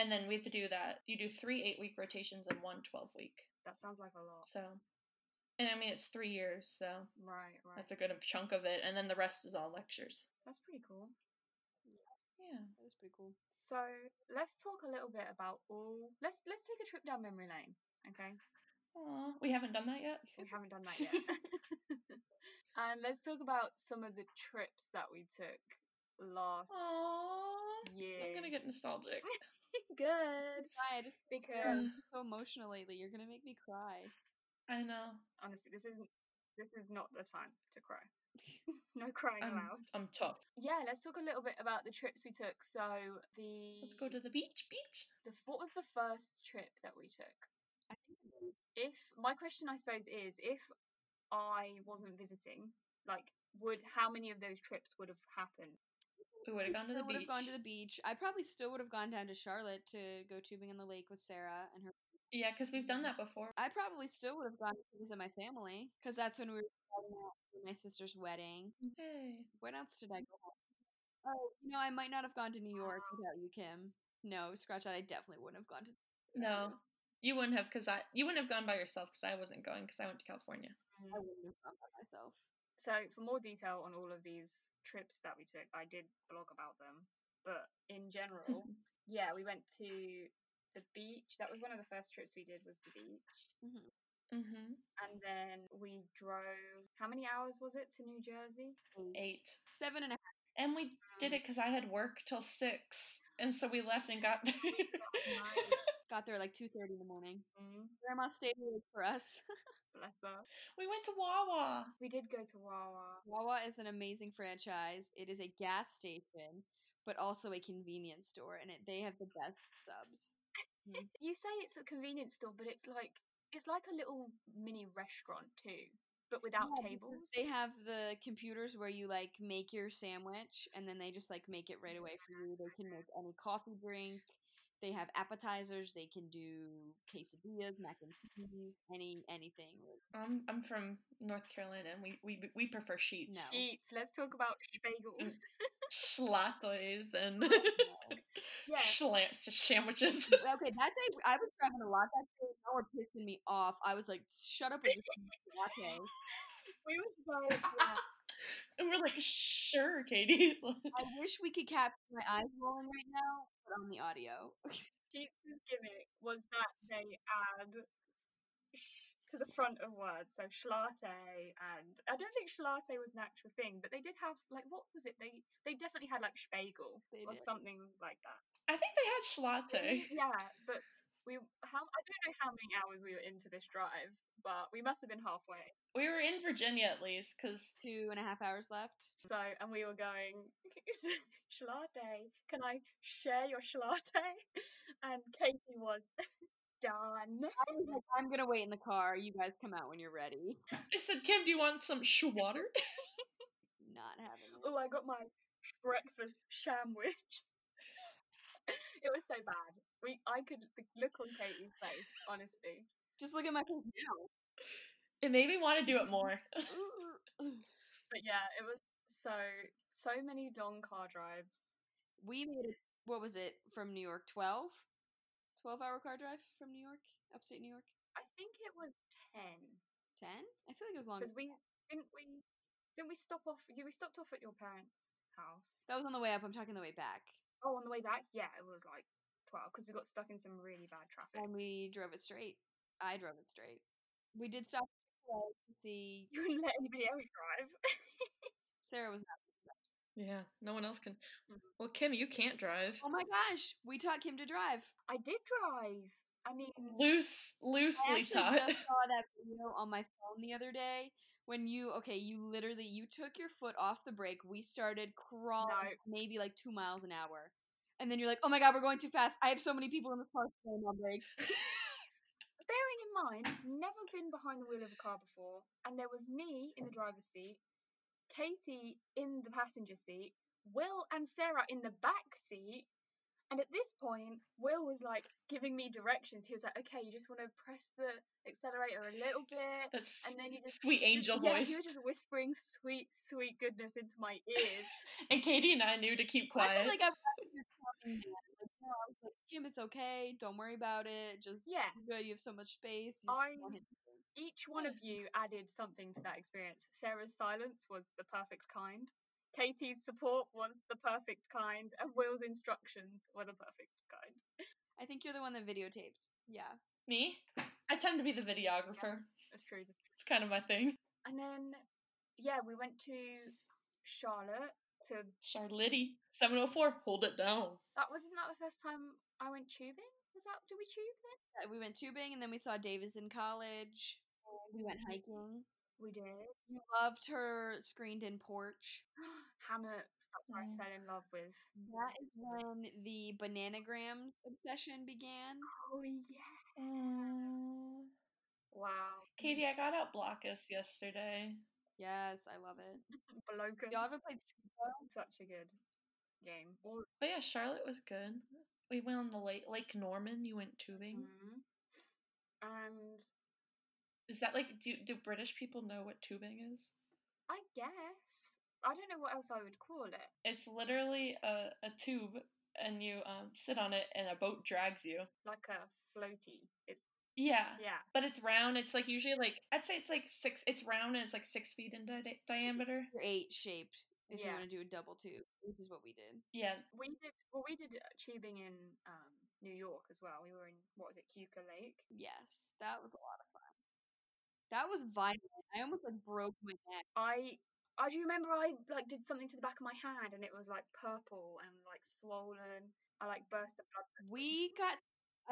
Speaker 3: and then we have to do that you do three eight week rotations and one 12 week
Speaker 1: that sounds like a lot.
Speaker 3: so and i mean it's three years so
Speaker 1: Right. Right.
Speaker 3: that's a good chunk of it and then the rest is all lectures
Speaker 1: That's pretty cool.
Speaker 3: yeah
Speaker 2: That was pretty cool.
Speaker 1: So let's talk a little bit about all. Let's let's take a trip down memory lane. Okay,
Speaker 3: Aw, we haven't done that yet
Speaker 1: we haven't done that yet. and let's talk about some of the trips that we took last
Speaker 2: Oh
Speaker 3: Aww,
Speaker 1: year.
Speaker 3: i'm gonna get nostalgic
Speaker 1: good
Speaker 2: Hi, I just
Speaker 3: Um
Speaker 1: because
Speaker 2: been so emotional lately. You're gonna make me cry.
Speaker 3: i know
Speaker 1: honestly, this isn't this is not the time to cry. no crying
Speaker 3: i'm,
Speaker 1: allowed.
Speaker 3: I'm tough
Speaker 1: Yeah, let's talk a little bit about the trips we took. So the
Speaker 3: let's go to the beach beach
Speaker 1: the what was the first trip that we took?
Speaker 2: I think
Speaker 1: if my question i suppose is if i wasn't visiting like would how many of those trips would have happened
Speaker 3: we would have gone to the
Speaker 2: I would
Speaker 3: beach
Speaker 2: have gone to the beach. I probably still would have gone down to Charlotte to go tubing in the lake with Sarah and her.
Speaker 3: Yeah, because we've done that before.
Speaker 2: I probably still would have gone to visit my family because that's when we were starting out for my sister's wedding.
Speaker 3: Hey.
Speaker 2: When else did I go home? Oh, no, I might not have gone to New York without you, Kim. No, scratch that. I definitely wouldn't have gone to.
Speaker 3: No, you wouldn't have because I you wouldn't have gone by yourself because I wasn't going because I went to California.
Speaker 2: I wouldn't have gone by myself.
Speaker 1: so for more detail on all of these trips that we took i did blog about them but in general yeah we went to the beach that was one of the first trips we did was the beach
Speaker 2: Mhm.
Speaker 3: Mm-hmm.
Speaker 1: And then we drove, how many hours was it to New Jersey?
Speaker 3: Eight.
Speaker 2: Seven and a half.
Speaker 3: And we did it because I had work till six, and so we left and got there.
Speaker 1: Nine.
Speaker 2: Got there at like two thirty in the morning.
Speaker 1: Mm,
Speaker 2: Grandma stayed awake for us.
Speaker 1: bless her.
Speaker 3: we went to Wawa.
Speaker 1: We did go to Wawa.
Speaker 2: Wawa is an amazing franchise. It is a gas station, but also a convenience store, and it, they have the best subs. Mm.
Speaker 1: You say it's a convenience store, but it's like it's like a little mini restaurant too, but without
Speaker 2: Yeah, because
Speaker 1: tables.
Speaker 2: They have the computers where you like make your sandwich, and then they just like make it right away for you. They can make any coffee drink. They have appetizers. They can do quesadillas, mac and cheese, any anything.
Speaker 3: I'm I'm from North Carolina, and we we we prefer sheets,
Speaker 2: No.
Speaker 1: Sheets. Let's talk about spagels.
Speaker 3: schlatoys, and
Speaker 1: yeah,
Speaker 3: schla- sandwiches.
Speaker 2: okay, that day I was driving a lot that day. and Y'all were pissing me off. I was like, "Shut up and just eat the latte."
Speaker 1: we were so yeah.
Speaker 3: and we're like, sure, Katie.
Speaker 2: I wish we could capture my eyes rolling right now, but on the audio.
Speaker 1: Sheets' gimmick was that they add sh to the front of words, so schlate and I don't think schlate was an actual thing, but they did have like what was it? They they definitely had like spagel
Speaker 2: They
Speaker 1: or
Speaker 2: did.
Speaker 1: something like that.
Speaker 3: I think they had schlatte.
Speaker 1: Yeah, but we how I don't know how many hours we were into this drive, but we must have been halfway.
Speaker 3: We were in Virginia at least, because
Speaker 2: Two and a half hours left.
Speaker 1: So and we were going schlate. Can I share your schlate? And Katie was done.
Speaker 2: I was like, I'm gonna wait in the car. You guys come out when you're ready.
Speaker 3: I said, Kim, do you want some schwatter?
Speaker 2: Not having it.
Speaker 1: Oh, I got my breakfast sandwich. it was so bad. We, I could the look on Katie's face, honestly.
Speaker 2: Just look at my face now.
Speaker 3: It made me want to do it more.
Speaker 1: But yeah, it was so so many long car drives.
Speaker 2: we made it. What was it from New York? 12? 12 hour car drive from New York, upstate New York.
Speaker 1: I think it was ten
Speaker 2: Ten? I feel like it was longer.
Speaker 1: because we didn't we didn't we stop off? You we stopped off at your parents' house.
Speaker 2: That was on the way up. I'm talking the way back,
Speaker 1: Oh, on the way back, yeah, it was like twelve because we got stuck in some really bad traffic.
Speaker 2: and we drove it straight. I drove it straight. We did stop to see.
Speaker 1: you wouldn't let anybody else drive.
Speaker 2: Sarah was
Speaker 3: Yeah, no one else can. Well, Kim, you can't drive.
Speaker 2: Mm. Oh my gosh, we taught Kim to drive.
Speaker 1: I did drive. I mean,
Speaker 3: Loose,
Speaker 2: I
Speaker 3: loosely
Speaker 2: actually
Speaker 3: taught.
Speaker 2: just saw that video on my phone the other day when you okay, you literally you took your foot off the brake. We started crawling maybe like two miles an hour. And then you're like, oh my god, we're going too fast. I have so many people in the car slam on brakes.
Speaker 1: bearing in mind, never been behind the wheel of a car before, and there was me in the driver's seat, Katie in the passenger seat, Will and Sarah in the back seat. And at this point, Will was like giving me directions. He was like, "Okay, you just want to press the accelerator a little bit,
Speaker 3: That's
Speaker 1: and then you just."
Speaker 3: sweet
Speaker 1: just-
Speaker 3: angel
Speaker 1: yeah,
Speaker 3: voice.
Speaker 1: he was just whispering sweet, sweet goodness into my ears.
Speaker 3: and Katie and I knew to keep quiet.
Speaker 2: I felt like I was actually talking to him. like, no, I was like, Kim, it's okay. Don't worry about it. Just
Speaker 1: Yeah,
Speaker 2: you're good. You have so much space. You
Speaker 1: I
Speaker 2: don't hit anything."
Speaker 1: each one of you added something to that experience. Sarah's silence was the perfect kind. Katie's support was the perfect kind, and Will's instructions were the perfect kind.
Speaker 2: I think you're the one that videotaped. Yeah.
Speaker 3: Me? I tend to be the videographer.
Speaker 1: That's true. That's true.
Speaker 3: It's kind of my thing.
Speaker 1: And then, yeah, we went to Charlotte to.
Speaker 3: Charlotte, 704, hold it down.
Speaker 2: Mm-hmm.
Speaker 1: That wasn't that the first time I went tubing. Was that? Do we tube then?
Speaker 2: Yeah, we went tubing and then we saw Davis in college. and We went
Speaker 1: Mm-hmm.
Speaker 2: hiking.
Speaker 1: We did.
Speaker 2: You loved her screened in porch.
Speaker 1: Hammocks. That's where
Speaker 3: Yeah.
Speaker 1: I fell in love with.
Speaker 2: That is when the bananagrams obsession began.
Speaker 1: Oh yeah! Wow.
Speaker 3: Katie, I got out Blockus yesterday.
Speaker 2: Yes, I love it.
Speaker 1: Blocus.
Speaker 2: Y'all ever played Skee-Ball?
Speaker 1: Such a good game. All-
Speaker 3: But yeah, Charlotte was good. We went on the lake, Lake Norman. You went tubing.
Speaker 1: Mhm.
Speaker 2: Mm.
Speaker 1: And
Speaker 3: Is that like, do, do British people know what tubing is?
Speaker 1: I guess I don't know what else I would call it.
Speaker 3: It's literally a, a tube and you um, sit on it and a boat drags you.
Speaker 1: Like a floaty. It's
Speaker 3: Yeah.
Speaker 1: yeah.
Speaker 3: But it's round. It's like usually like, I'd say it's like six, it's round and it's like six feet in di-
Speaker 1: Mm-hmm.
Speaker 3: diameter.
Speaker 2: You're eight shaped if you
Speaker 1: Yeah.
Speaker 2: want to do a double tube, which is what we did.
Speaker 3: Yeah.
Speaker 1: We did well. We did uh, tubing in um, New York as well. We were in what was it, Cuca Lake?
Speaker 2: Yes, that was a lot of fun. That was violent. I almost like broke my neck.
Speaker 1: I I do remember I like did something to the back of my hand and it was like purple and like swollen. I like burst a blood vessel.
Speaker 2: We got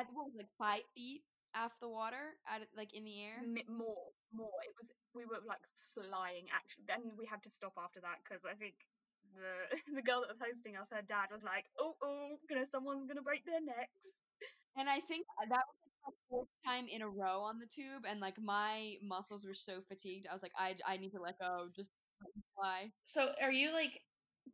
Speaker 2: at what was it, like five feet off the water, at like in the air.
Speaker 1: Mi- more more. It was we were like flying. Actually, then we had to stop after that because I think the the girl that was hosting us, her dad was like, "Oh oh, gonna someone's gonna break their necks."
Speaker 2: And I think that was like my fourth time in a row on the tube, and like my muscles were so fatigued. I was like, I I need to let go. Just let me fly.
Speaker 3: So are you like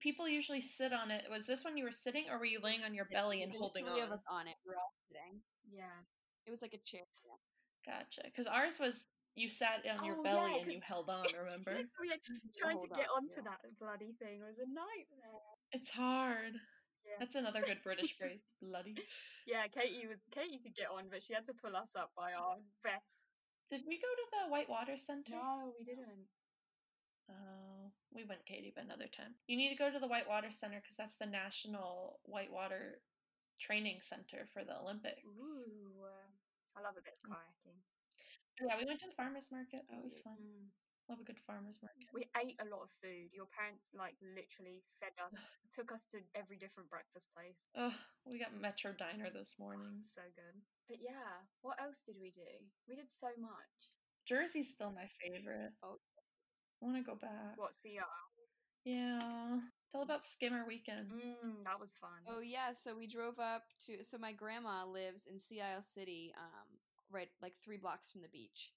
Speaker 3: people usually sit on it? Was this when you were sitting or were you laying on your belly and
Speaker 2: There were
Speaker 3: holding
Speaker 2: three of
Speaker 3: on?
Speaker 2: us on it. We We're all sitting.
Speaker 1: Yeah.
Speaker 2: It was like a chair. yeah.
Speaker 3: Gotcha. Because ours was you sat on
Speaker 1: Oh,
Speaker 3: your belly
Speaker 1: yeah,
Speaker 3: and you held on, remember?
Speaker 1: We had-
Speaker 2: You need
Speaker 1: trying to
Speaker 2: Mm-hmm. hold
Speaker 1: get
Speaker 2: on,
Speaker 1: onto
Speaker 2: yeah.
Speaker 1: that bloody thing was a nightmare.
Speaker 3: it's hard.
Speaker 1: Yeah.
Speaker 3: That's another good British phrase. Bloody.
Speaker 1: Yeah, Katie was Katie could get on, but she had to pull us up by our vest.
Speaker 3: Did we go to the Whitewater Center?
Speaker 1: No, we didn't.
Speaker 3: Oh, we went, Katie, but another time. You need to go to the Whitewater Center because that's the National Whitewater Training Center for the Olympics.
Speaker 1: Ooh, uh, I love a bit of kayaking.
Speaker 3: Yeah, we went to the farmers market. That was fun.
Speaker 1: Mm.
Speaker 3: Love a good farmers market.
Speaker 1: We ate a lot of food. Your parents like literally fed us, took us to every different breakfast place.
Speaker 3: Oh, we got Metro Diner this morning.
Speaker 1: So good. But yeah, what else did we do? We did so much.
Speaker 3: Jersey's still my favorite.
Speaker 2: Oh.
Speaker 3: I want to go back.
Speaker 1: What CR?
Speaker 3: Yeah. Tell about Skimmer Weekend.
Speaker 1: Mm, that was fun.
Speaker 2: Oh yeah, so we drove up to so my grandma lives in Sea Isle City, um, right like three blocks from the beach.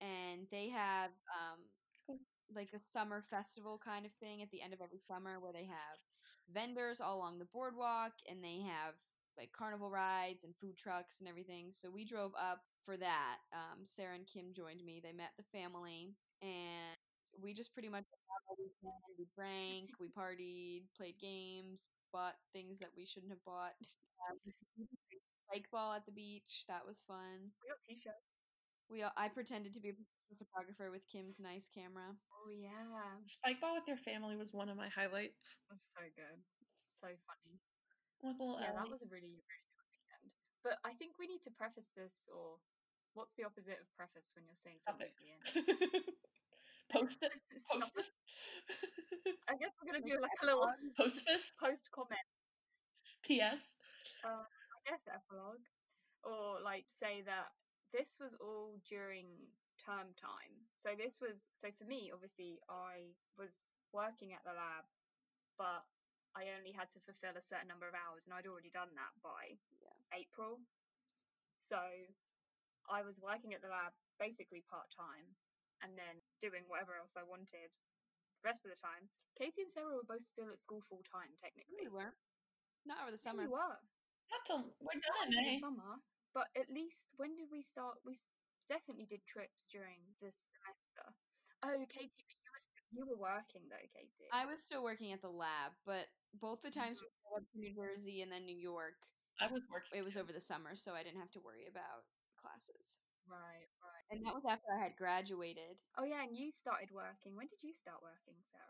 Speaker 2: And they have um
Speaker 3: Cool.
Speaker 2: like a summer festival kind of thing at the end of every summer where they have vendors all along the boardwalk and they have like carnival rides and food trucks and everything. So we drove up for that. Um, Sarah and Kim joined me. They met the family and we just pretty much had a weekend. we drank, we partied, played games, bought things that we shouldn't have bought. Um, we played Spike ball at the beach. That was fun.
Speaker 1: We got t-shirts.
Speaker 2: We all, I pretended to be a professional photographer with Kim's nice camera.
Speaker 1: Oh yeah,
Speaker 3: Spike ball with your family was one of my highlights.
Speaker 1: that was so good. So funny.
Speaker 3: With little
Speaker 1: Yeah, that
Speaker 3: Ellie.
Speaker 1: was a really, really fun weekend. But I think we need to preface this, or what's the opposite of preface when you're saying something at the end?
Speaker 3: Suffix. Post it. Post
Speaker 1: Suffix. I guess we're gonna do like a little
Speaker 3: Postfist.
Speaker 1: post comment,
Speaker 3: P.S.
Speaker 1: I guess, epilogue, or like say that this was all during term time. So this was so for me, obviously, I was working at the lab, but I only had to fulfill a certain number of hours, and I'd already done that by
Speaker 2: Yeah.
Speaker 1: April. So I was working at the lab basically part time and then doing whatever else I wanted the rest of the time. Katie and Sarah were both still at school full time, technically.
Speaker 2: We weren't. Not over the
Speaker 1: Yeah,
Speaker 2: summer.
Speaker 1: we were
Speaker 3: Not till we're done
Speaker 1: in
Speaker 3: in
Speaker 1: the
Speaker 3: May.
Speaker 1: summer. But at least when did we start? We s- definitely did trips during this semester. Oh, Katie, but you were still, you were working though, Katie.
Speaker 2: I was still working at the lab, but both the times we drove up to New Jersey and then New York,
Speaker 3: I was working.
Speaker 2: it was over the summer, so I didn't have to worry about classes.
Speaker 1: Right, right.
Speaker 2: And that was after I had graduated.
Speaker 1: Oh yeah, and you started working. When did you start working, Sarah?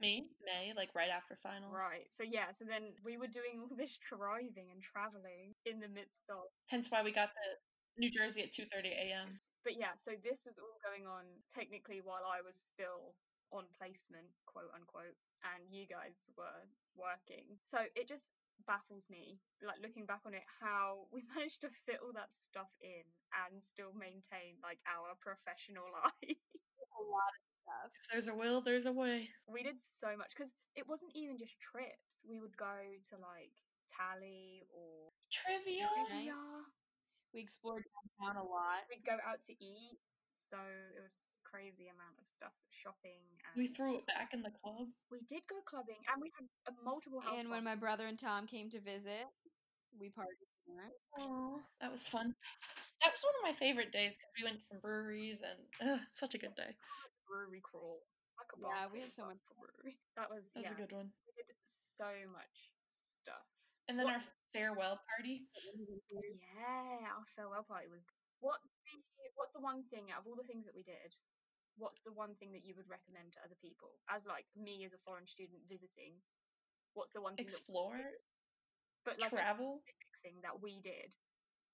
Speaker 3: Me, May, like right after finals.
Speaker 1: Right. So yeah, so then we were doing all this driving and traveling in the midst of
Speaker 3: Hence why we got to New Jersey at 2:30 a.m.
Speaker 1: But yeah, so this was all going on technically while I was still on placement, quote unquote, and you guys were working. So it just baffles me, like looking back on it, how we managed to fit all that stuff in and still maintain like our professional life.
Speaker 2: A lot of
Speaker 3: If there's a will, there's a way.
Speaker 1: we did so much because it wasn't even just trips. We would go to like Tally or
Speaker 3: Trivia.
Speaker 2: stuff.
Speaker 1: Yeah.
Speaker 2: Nights. We explored downtown a lot.
Speaker 1: we'd go out to eat. So it was crazy amount of stuff, shopping. And
Speaker 3: We threw it back in the club.
Speaker 1: We did go clubbing, and we had a multiple house.
Speaker 2: And when my
Speaker 1: parties.
Speaker 2: brother and Tom came to visit, we partied. more.
Speaker 3: Aww, that was fun. That was one of my favorite days because we went from breweries and ugh, such a good day.
Speaker 1: brewery crawl, like a
Speaker 2: Yeah,
Speaker 1: bar
Speaker 2: we had
Speaker 1: crawl,
Speaker 2: so
Speaker 1: but
Speaker 2: much
Speaker 1: for brewery. That was
Speaker 3: That was
Speaker 1: yeah.
Speaker 3: a good one.
Speaker 1: We did so much stuff.
Speaker 3: And then
Speaker 1: What-
Speaker 3: our farewell party.
Speaker 1: Yeah, our farewell party was. good. What's the What's the one thing out of all the things that we did? What's the one thing that you would recommend to other people as like me as a foreign student visiting? What's the one thing that we
Speaker 3: Explore,
Speaker 1: did, but like a
Speaker 3: travel.
Speaker 1: specific thing that we did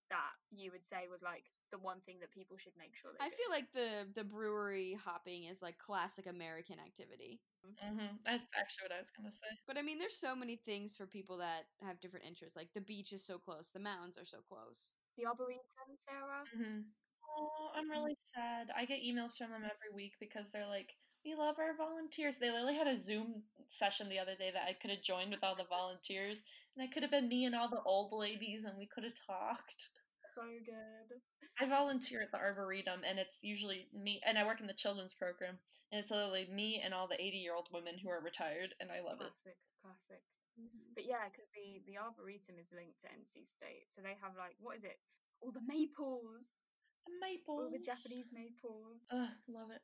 Speaker 1: that you would say was like the one thing that people should make sure they
Speaker 2: I
Speaker 1: do?
Speaker 2: feel like the the brewery hopping is like classic American activity.
Speaker 3: hmm That's actually what I was gonna say.
Speaker 2: But I mean, there's so many things for people that have different interests. Like the beach is so close, the mountains are so close.
Speaker 1: the Arboretum, Sarah.
Speaker 3: hmm Oh, I'm really
Speaker 1: Mm-hmm.
Speaker 3: sad. I get emails from them every week because they're like, "We love our volunteers." They literally had a Zoom session the other day that I could have joined with all the volunteers, and that could have been me and all the old ladies, and we could have talked.
Speaker 1: So good.
Speaker 3: I volunteer at the Arboretum, and it's usually me, and I work in the children's program, and it's literally me and all the 80 year old women who are retired, and I love it. Mm-hmm.
Speaker 1: Classic, classic. But yeah, because the the arboretum is linked to NC State, so they have like what is it? All the maples,
Speaker 3: The maples.
Speaker 1: all the Japanese maples.
Speaker 3: Ugh, love it.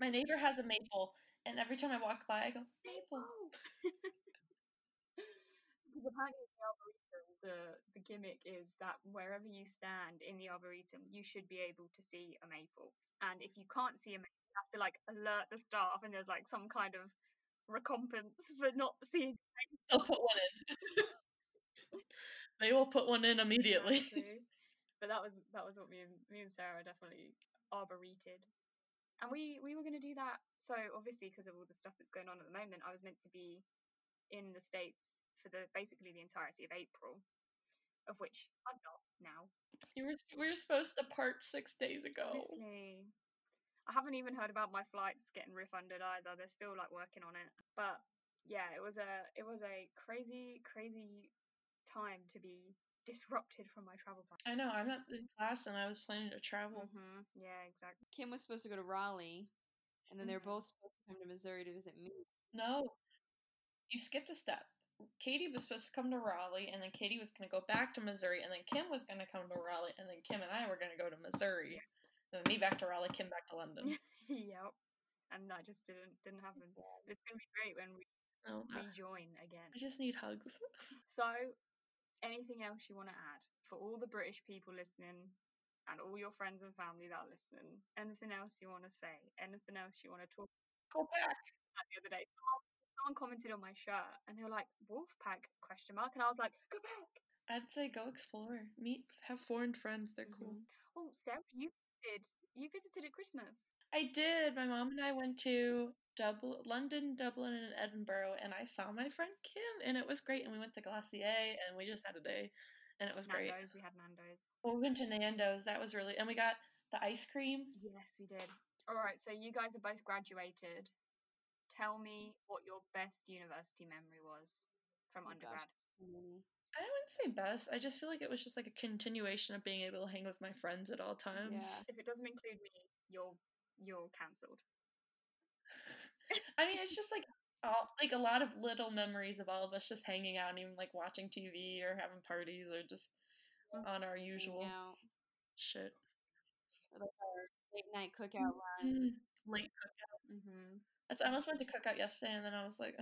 Speaker 3: My neighbor has a maple, and every time I walk by, I go, maple.
Speaker 1: Because apparently in the arboretum, the the gimmick is that wherever you stand in the arboretum, you should be able to see a maple. And if you can't see a maple, you have to like alert the staff, and there's like some kind of recompense for not seeing.
Speaker 3: They'll put one in. they will put one in immediately.
Speaker 1: Exactly. but that was that was what me and me and Sarah definitely arboreted, and we we were going to do that. So obviously, because of all the stuff that's going on at the moment, I was meant to be in the states for the basically the entirety of April, of which I'm not now.
Speaker 3: You were, we were supposed to part six days ago.
Speaker 1: Honestly, I haven't even heard about my flights getting refunded either. They're still like working on it. But yeah, it was a it was a crazy crazy time to be disrupted from my travel plan.
Speaker 3: I know, I'm not in class, and I was planning to travel.
Speaker 1: Mm-hmm. Yeah, exactly.
Speaker 2: Kim was supposed to go to Raleigh, and then they're
Speaker 1: Mhm.
Speaker 2: both supposed to come to Missouri to visit me.
Speaker 3: No, you skipped a step. Katie was supposed to come to Raleigh, and then Katie was going to go back to Missouri, and then Kim was going to come to Raleigh, and then Kim and I were going to go to Missouri. Then me back to Raleigh, Kim back to London.
Speaker 1: yep. And that just didn't didn't happen. It's gonna be great when we
Speaker 3: No, I
Speaker 1: rejoin again.
Speaker 3: I just need hugs.
Speaker 1: So, anything else you want to add for all the British people listening and all your friends and family that are listening? Anything else you want to say? Anything else you want to talk
Speaker 3: Go back.
Speaker 1: about the other day? Someone, someone commented on my shirt and they were like, Wolfpack question mark. And I was like, go back.
Speaker 3: I'd say go explore. Meet, have foreign friends. They're cool.
Speaker 1: Oh, Sarah, you visited. You visited at Christmas.
Speaker 3: I did. My mom and I went to Dublin, London, Dublin, and Edinburgh, and I saw my friend Kim, and it was great. And we went to Glacier, and we just had a day, and it was great.
Speaker 1: Nando's, we had Nando's.
Speaker 3: Well, we went to Nando's. That was really, and we got the ice cream.
Speaker 1: Yes, we did. All right, so you guys are both graduated. Tell me what your best university memory was from
Speaker 2: Oh my gosh.
Speaker 1: undergrad.
Speaker 2: Mhm.
Speaker 3: I wouldn't say best. I just feel like it was just like a continuation of being able to hang with my friends at all times.
Speaker 2: Yeah.
Speaker 1: If it doesn't include me, you're you're cancelled.
Speaker 3: I mean, it's just like all like a lot of little memories of all of us just hanging out and even like watching TV or having parties or just on our
Speaker 2: hang
Speaker 3: usual
Speaker 2: out,
Speaker 3: shit.
Speaker 2: or, like, our late night cookout run.
Speaker 3: Mm, Late cookout.
Speaker 1: Mm-hmm.
Speaker 3: That's, I almost went to cookout yesterday, and then I was like,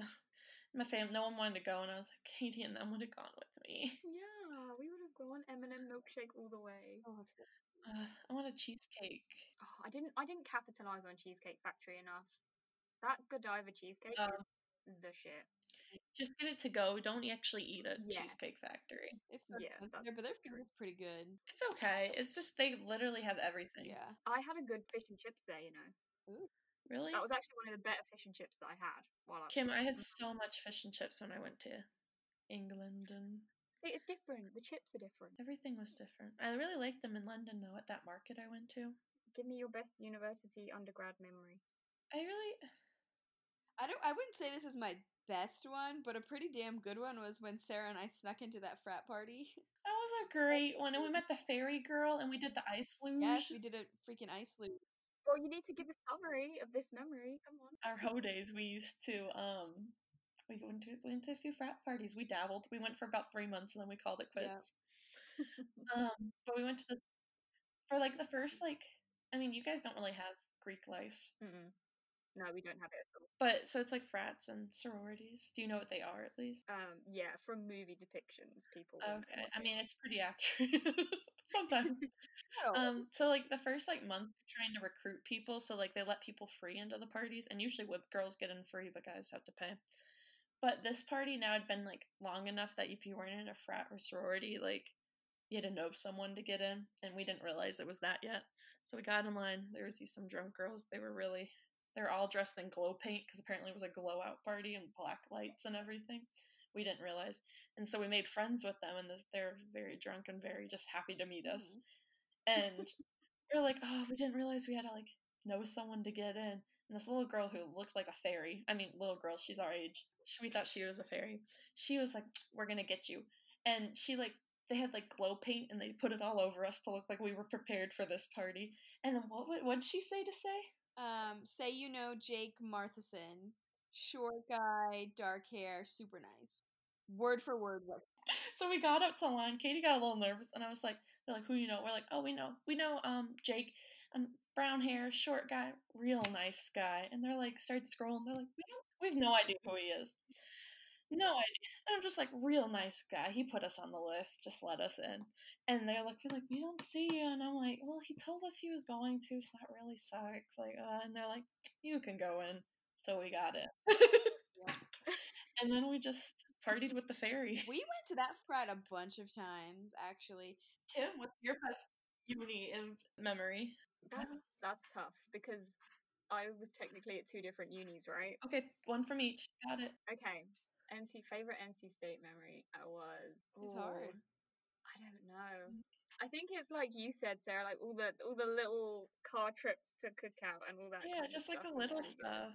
Speaker 3: my fam, no one wanted to go, and I was like, Katie and them would have gone with me.
Speaker 1: Yeah, we would have gone M&M milkshake all the way.
Speaker 2: Oh, I forgot.
Speaker 3: Uh, I want a cheesecake.
Speaker 1: Oh, I didn't I didn't capitalize on Cheesecake Factory enough. That Godiva cheesecake
Speaker 3: Oh.
Speaker 1: is the shit.
Speaker 3: Just get it to go. Don't e-, actually eat at
Speaker 1: Yeah.
Speaker 3: Cheesecake Factory.
Speaker 2: It's not
Speaker 1: Yeah,
Speaker 2: expensive,
Speaker 1: that's
Speaker 2: but their
Speaker 1: true.
Speaker 2: food is pretty good.
Speaker 3: It's okay. It's just they literally have everything.
Speaker 2: Yeah.
Speaker 1: I had a good fish and chips there, you know.
Speaker 3: Really?
Speaker 1: That was actually one of the better fish and chips that I had while I was
Speaker 3: Kim,
Speaker 1: there.
Speaker 3: I had so much fish and chips when I went to England, and
Speaker 1: See, it's different. The chips are different.
Speaker 3: everything was different. I really liked them in London, though, at that market I went to.
Speaker 1: Give me your best university undergrad memory.
Speaker 3: I really,
Speaker 2: I don't. I wouldn't say this is my best one, but a pretty damn good one was when Sarah and I snuck into that frat party.
Speaker 3: that was a great one. And we met the fairy girl, and we did the ice luge.
Speaker 1: Mm-hmm.
Speaker 2: yes, we did a freaking ice loop.
Speaker 1: Well, you need to give a summary of this memory. Come on.
Speaker 3: our hoe days we used to um we went to we went to a few frat parties. We dabbled. We went for about three months and then we called it quits.
Speaker 2: Yeah.
Speaker 3: um but we went to the for like the first like I mean you guys don't really have Greek life.
Speaker 1: Mm-mm. No, we don't have it at all.
Speaker 3: But so it's like frats and sororities. Do you know what they are at least?
Speaker 1: um yeah from movie depictions people will know
Speaker 3: Okay.
Speaker 1: what
Speaker 3: I
Speaker 1: they
Speaker 3: mean it's pretty accurate. Sometimes. Um so like the first like month they're trying to recruit people, so like they let people free into the parties and usually whip girls get in free but guys have to pay. But this party now had been like long enough that if you weren't in a frat or sorority, like you had to know someone to get in, and we didn't realize it was that yet. So we got in line. There was these some drunk girls. They were really, they're all dressed in glow paint because apparently it was a glow out party and black lights and everything. We didn't realize, and so we made friends with them, and they're very drunk and very just happy to meet us.
Speaker 2: Mhm.
Speaker 3: And we are like, oh, we didn't realize we had to like know someone to get in. And this little girl who looked like a fairy, I mean, little girl, she's our age. She, we thought she was a fairy. She was like, we're gonna get you. And she like they had like glow paint and they put it all over us to look like we were prepared for this party. And then what would what'd she say to say?
Speaker 2: Um, say you know Jake Martheson, short guy, dark hair, super nice. Word for word, what?
Speaker 3: so we got up to line. Katie got a little nervous, and I was like, "They're like, who you know?" We're like, "Oh, we know, we know, um, Jake, um, brown hair, short guy, real nice guy." And they're like, started scrolling. They're like, "We don't, we have no idea who he is, no idea." And I'm just like, "Real nice guy. He put us on the list. Just let us in." And they're like, "We're like, we don't see you." And I'm like, "Well, he told us he was going to, so that really sucks." Like, uh, and they're like, "You can go in." So we got in. And then we just partied with the fairy.
Speaker 2: We went to that frat a bunch of times, actually.
Speaker 3: Kim, what's your best uni in memory?
Speaker 1: That's that's tough because I was technically at two different unis, right?
Speaker 3: Okay, one from each. Got it.
Speaker 1: Okay. NC favorite NC State memory I was.
Speaker 2: It's hard.
Speaker 1: ooh, I don't know. I think it's like you said, Sarah, like all the all the little car trips to cookout and all that.
Speaker 3: Yeah,
Speaker 1: kind of
Speaker 3: just like
Speaker 1: stuff
Speaker 3: a
Speaker 1: was
Speaker 3: little
Speaker 1: really good.
Speaker 3: stuff.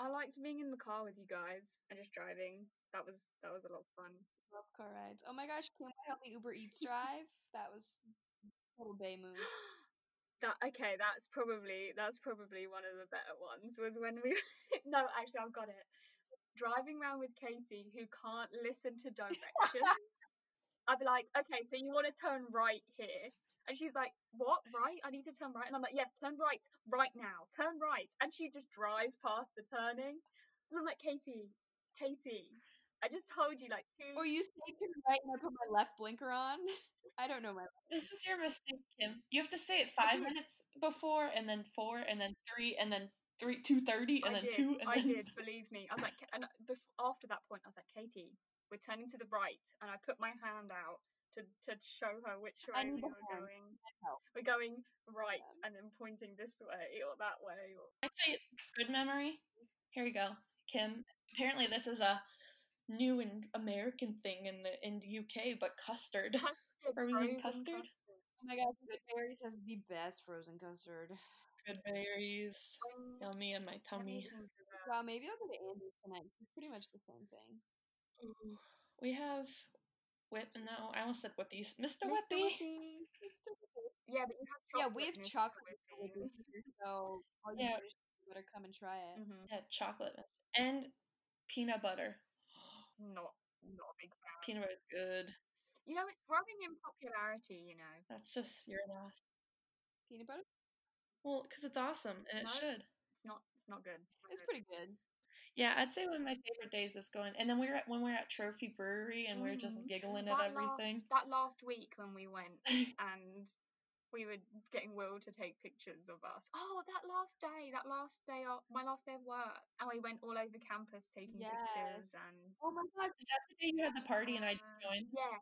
Speaker 1: I liked being in the car with you guys and just driving. That was that was a lot of fun.
Speaker 2: Love car rides. Oh my gosh, can we help me Uber Eats drive? that was total bay move.
Speaker 1: that okay, that's probably that's probably one of the better ones was when we No, actually I've got it. Driving around with Katie who can't listen to directions. I'd be like, okay, so you want to turn right here. And she's like, what? Right? I need to turn right. And I'm like, yes, turn right right now. Turn right. And she just drive past the turning. And I'm like, Katie, Katie, I just told you like two
Speaker 2: Or you say to the right and I put my left blinker on. I don't know my
Speaker 3: This is your mistake, Kim. You have to say it five minutes before, and then four, and then three, and then three, two thirty, and
Speaker 1: I
Speaker 3: then
Speaker 1: did.
Speaker 3: two, and
Speaker 1: I
Speaker 3: then
Speaker 1: did. Believe me. I was like, and bef- after that point, I was like, Katie, we're turning to the right, and I put my hand out to to show her which
Speaker 2: I
Speaker 1: way we
Speaker 2: need a
Speaker 1: were
Speaker 2: hand.
Speaker 1: going.
Speaker 2: help.
Speaker 1: We're going right,
Speaker 2: Um,
Speaker 1: and then pointing this way or that way. Or...
Speaker 3: I tell you a good memory. Here we go, Kim. Apparently, this is a new and American thing in the in the UK, but custard. Frozen custard?
Speaker 2: Oh my gosh, Goodberries has the best frozen custard.
Speaker 3: Good berries,
Speaker 1: When-
Speaker 3: yummy in my
Speaker 1: um, let me
Speaker 3: tummy.
Speaker 1: think of a-
Speaker 2: Wow, maybe I'll go to Andy's tonight. It's pretty much the same thing.
Speaker 3: Ooh, We have whip. No, I almost said whippies. Mr.
Speaker 2: Mr.
Speaker 3: Whippy.
Speaker 2: Whippy, Mr. Whippy.
Speaker 1: Yeah, but you have
Speaker 2: Yeah,
Speaker 1: chocolate.
Speaker 2: we have
Speaker 1: mousse
Speaker 2: chocolate
Speaker 1: with
Speaker 2: Whippy
Speaker 1: it.
Speaker 2: here, so all you
Speaker 3: Yeah.
Speaker 2: British people better come and try it.
Speaker 1: Mhm.
Speaker 3: Yeah, chocolate milk. and peanut butter.
Speaker 1: Not not a big fan.
Speaker 3: peanut butter is good.
Speaker 1: You know, it's growing in popularity. You know.
Speaker 3: That's just your last.
Speaker 2: Peanut butter?
Speaker 3: Well, because it's awesome and it
Speaker 1: No.
Speaker 3: should.
Speaker 1: It's not. It's not good.
Speaker 2: It's pretty good.
Speaker 3: Yeah, I'd say one of my favorite days was going. And then we were at, when we were at Trophy Brewery and we were just
Speaker 1: Mhm.
Speaker 3: giggling at
Speaker 1: that
Speaker 3: everything.
Speaker 1: Last, that last week when we went, and we were getting Will to take pictures of us. Oh, that last day, that last day, of, my last day of work, and we went all over campus taking pictures and
Speaker 2: Oh my god.
Speaker 3: Is that the day you had the party and I
Speaker 1: uh,
Speaker 3: joined?
Speaker 1: Yeah,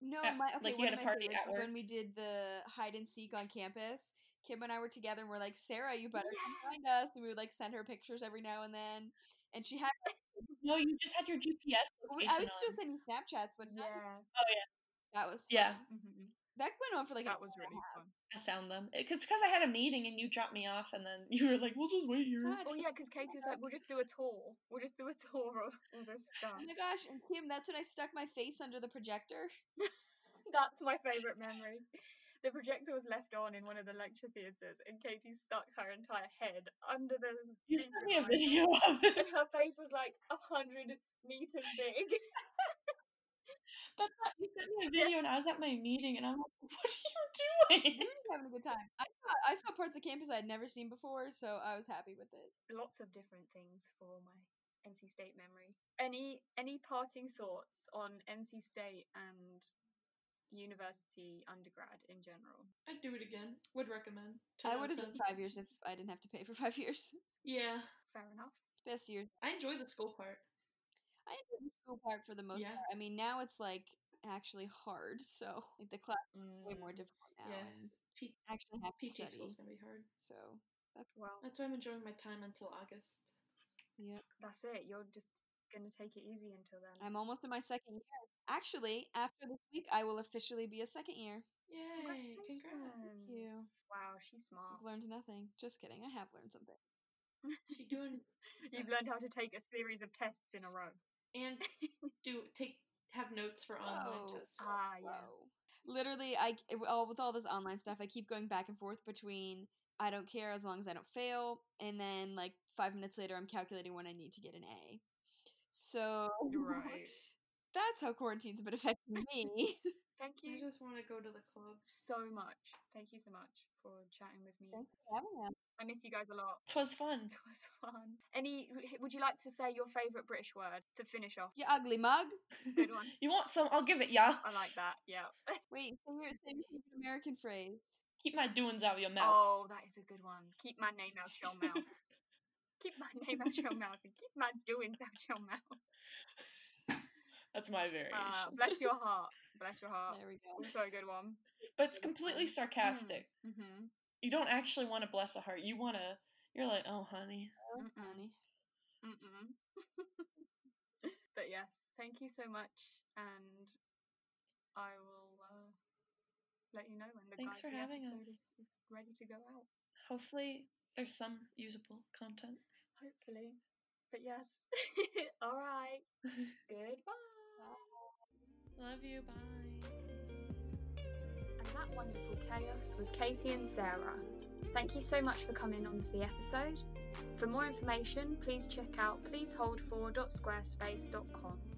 Speaker 2: No,
Speaker 3: At-
Speaker 2: my okay,
Speaker 3: like, you
Speaker 2: one
Speaker 3: had
Speaker 2: of
Speaker 3: a
Speaker 2: my
Speaker 3: party
Speaker 2: favorites
Speaker 3: at
Speaker 2: is when we did the hide and seek on campus. Kim and I were together and we're like, Sarah, you better
Speaker 1: Yeah.
Speaker 2: come find us. And we would like send her pictures every now and then. And she had
Speaker 3: No, you just had your GPS.
Speaker 2: we-
Speaker 3: Location
Speaker 2: I would still
Speaker 3: on.
Speaker 2: send you Snapchats, but yeah.
Speaker 1: yeah,
Speaker 2: that was
Speaker 3: Yeah,
Speaker 2: fun.
Speaker 1: mhm.
Speaker 2: That went on for like an
Speaker 1: that was really fun.
Speaker 3: I found them. It's because I had a meeting and you dropped me off and then you were like, we'll just wait here.
Speaker 2: God,
Speaker 1: Oh yeah, because Katie was like, "We'll just do a tour. We'll just do a tour of all this stuff."
Speaker 2: Oh my gosh, and Kim, that's when I stuck my face under the projector.
Speaker 1: That's my favourite memory. The projector was left on in one of the lecture theatres, and Katie stuck her entire head under the.
Speaker 3: You
Speaker 1: thing
Speaker 3: sent
Speaker 1: that
Speaker 3: me a
Speaker 1: I-
Speaker 3: video of it.
Speaker 1: and her face was like a hundred meters big.
Speaker 3: But that, you sent me a
Speaker 1: Yeah.
Speaker 3: video and I was at my meeting and I'm like, what are you
Speaker 2: We
Speaker 3: doing?
Speaker 2: were having a good time. I saw I saw parts of campus I had never seen before, so I was happy with it.
Speaker 1: Lots of different things for my NC State memory. Any any parting thoughts on NC State and university undergrad in general?
Speaker 3: I'd do it again. Would recommend.
Speaker 2: I would have done five years if I didn't have to pay for five years.
Speaker 3: Yeah.
Speaker 1: Fair enough.
Speaker 2: Best years.
Speaker 3: I enjoy the school part.
Speaker 2: I enjoyed the school part for the most
Speaker 3: Yeah.
Speaker 2: part. I mean, now it's like actually hard, so like the class is way more difficult now.
Speaker 3: Mm, yeah.
Speaker 2: and
Speaker 3: P-
Speaker 2: I actually have to
Speaker 3: PT
Speaker 2: study,
Speaker 3: school's gonna be hard.
Speaker 2: so
Speaker 1: Mm, Well,
Speaker 3: That's why I'm enjoying my time until August.
Speaker 2: yeah.
Speaker 1: that's it. You're just gonna take it easy until then.
Speaker 2: I'm almost in my second year. Actually, after this week, I will officially be a second year.
Speaker 3: Yay! Congrats.
Speaker 1: Congratulations. Wow, she's smart.
Speaker 2: I've learned nothing. Just kidding. I have learned something.
Speaker 3: She doing
Speaker 1: You've learned how to take a series of tests in a row.
Speaker 3: and do take have notes for online
Speaker 2: Whoa.
Speaker 3: tests.
Speaker 1: Ah, yeah.
Speaker 2: Whoa. Literally, I it- all with all this online stuff, I keep going back and forth between I don't care as long as I don't fail, and then like five minutes later, I'm calculating when I need to get an A. So
Speaker 1: Right.
Speaker 2: that's how quarantine's been affecting me.
Speaker 1: Thank
Speaker 3: I
Speaker 1: you
Speaker 3: just want to go to the clubs.
Speaker 1: so much. Thank you so much for chatting with me.
Speaker 2: Thanks for having us.
Speaker 1: I miss you guys a lot.
Speaker 3: Twas fun.
Speaker 1: It was fun. Any? Would you like to say your favorite British word to finish off?
Speaker 2: You ugly mug.
Speaker 1: Good one.
Speaker 3: you want some? I'll give it, y'all.
Speaker 1: I like that. Yeah.
Speaker 2: Wait, say your, say your favorite American phrase.
Speaker 3: Keep my doings out of your mouth.
Speaker 1: Oh, that is a good one. Keep my name out your mouth. keep my name out your mouth and keep my doings out your mouth.
Speaker 3: That's my variation.
Speaker 1: Uh, bless your heart. Bless your heart.
Speaker 2: There we go.
Speaker 1: Also a good one.
Speaker 3: but it's completely
Speaker 1: Hmm.
Speaker 3: sarcastic.
Speaker 1: Mm-hmm.
Speaker 3: You don't actually want to bless a heart. You want to. You're like, oh, honey.
Speaker 2: Oh,
Speaker 1: Mm-mm.
Speaker 2: honey.
Speaker 1: Mm-mm. but yes, thank you so much, and I will uh, let you know when the
Speaker 3: Thanks
Speaker 1: guide
Speaker 3: for
Speaker 1: the
Speaker 3: having
Speaker 1: episode
Speaker 3: us.
Speaker 1: is, is ready to go out.
Speaker 3: Hopefully, there's some usable content.
Speaker 1: Hopefully. But yes. All right. Goodbye.
Speaker 3: Love you. Bye.
Speaker 1: And that wonderful chaos was Katie and Sarah. Thank you so much for coming on to the episode. For more information, please check out pleaseholdfor.squarespace.com.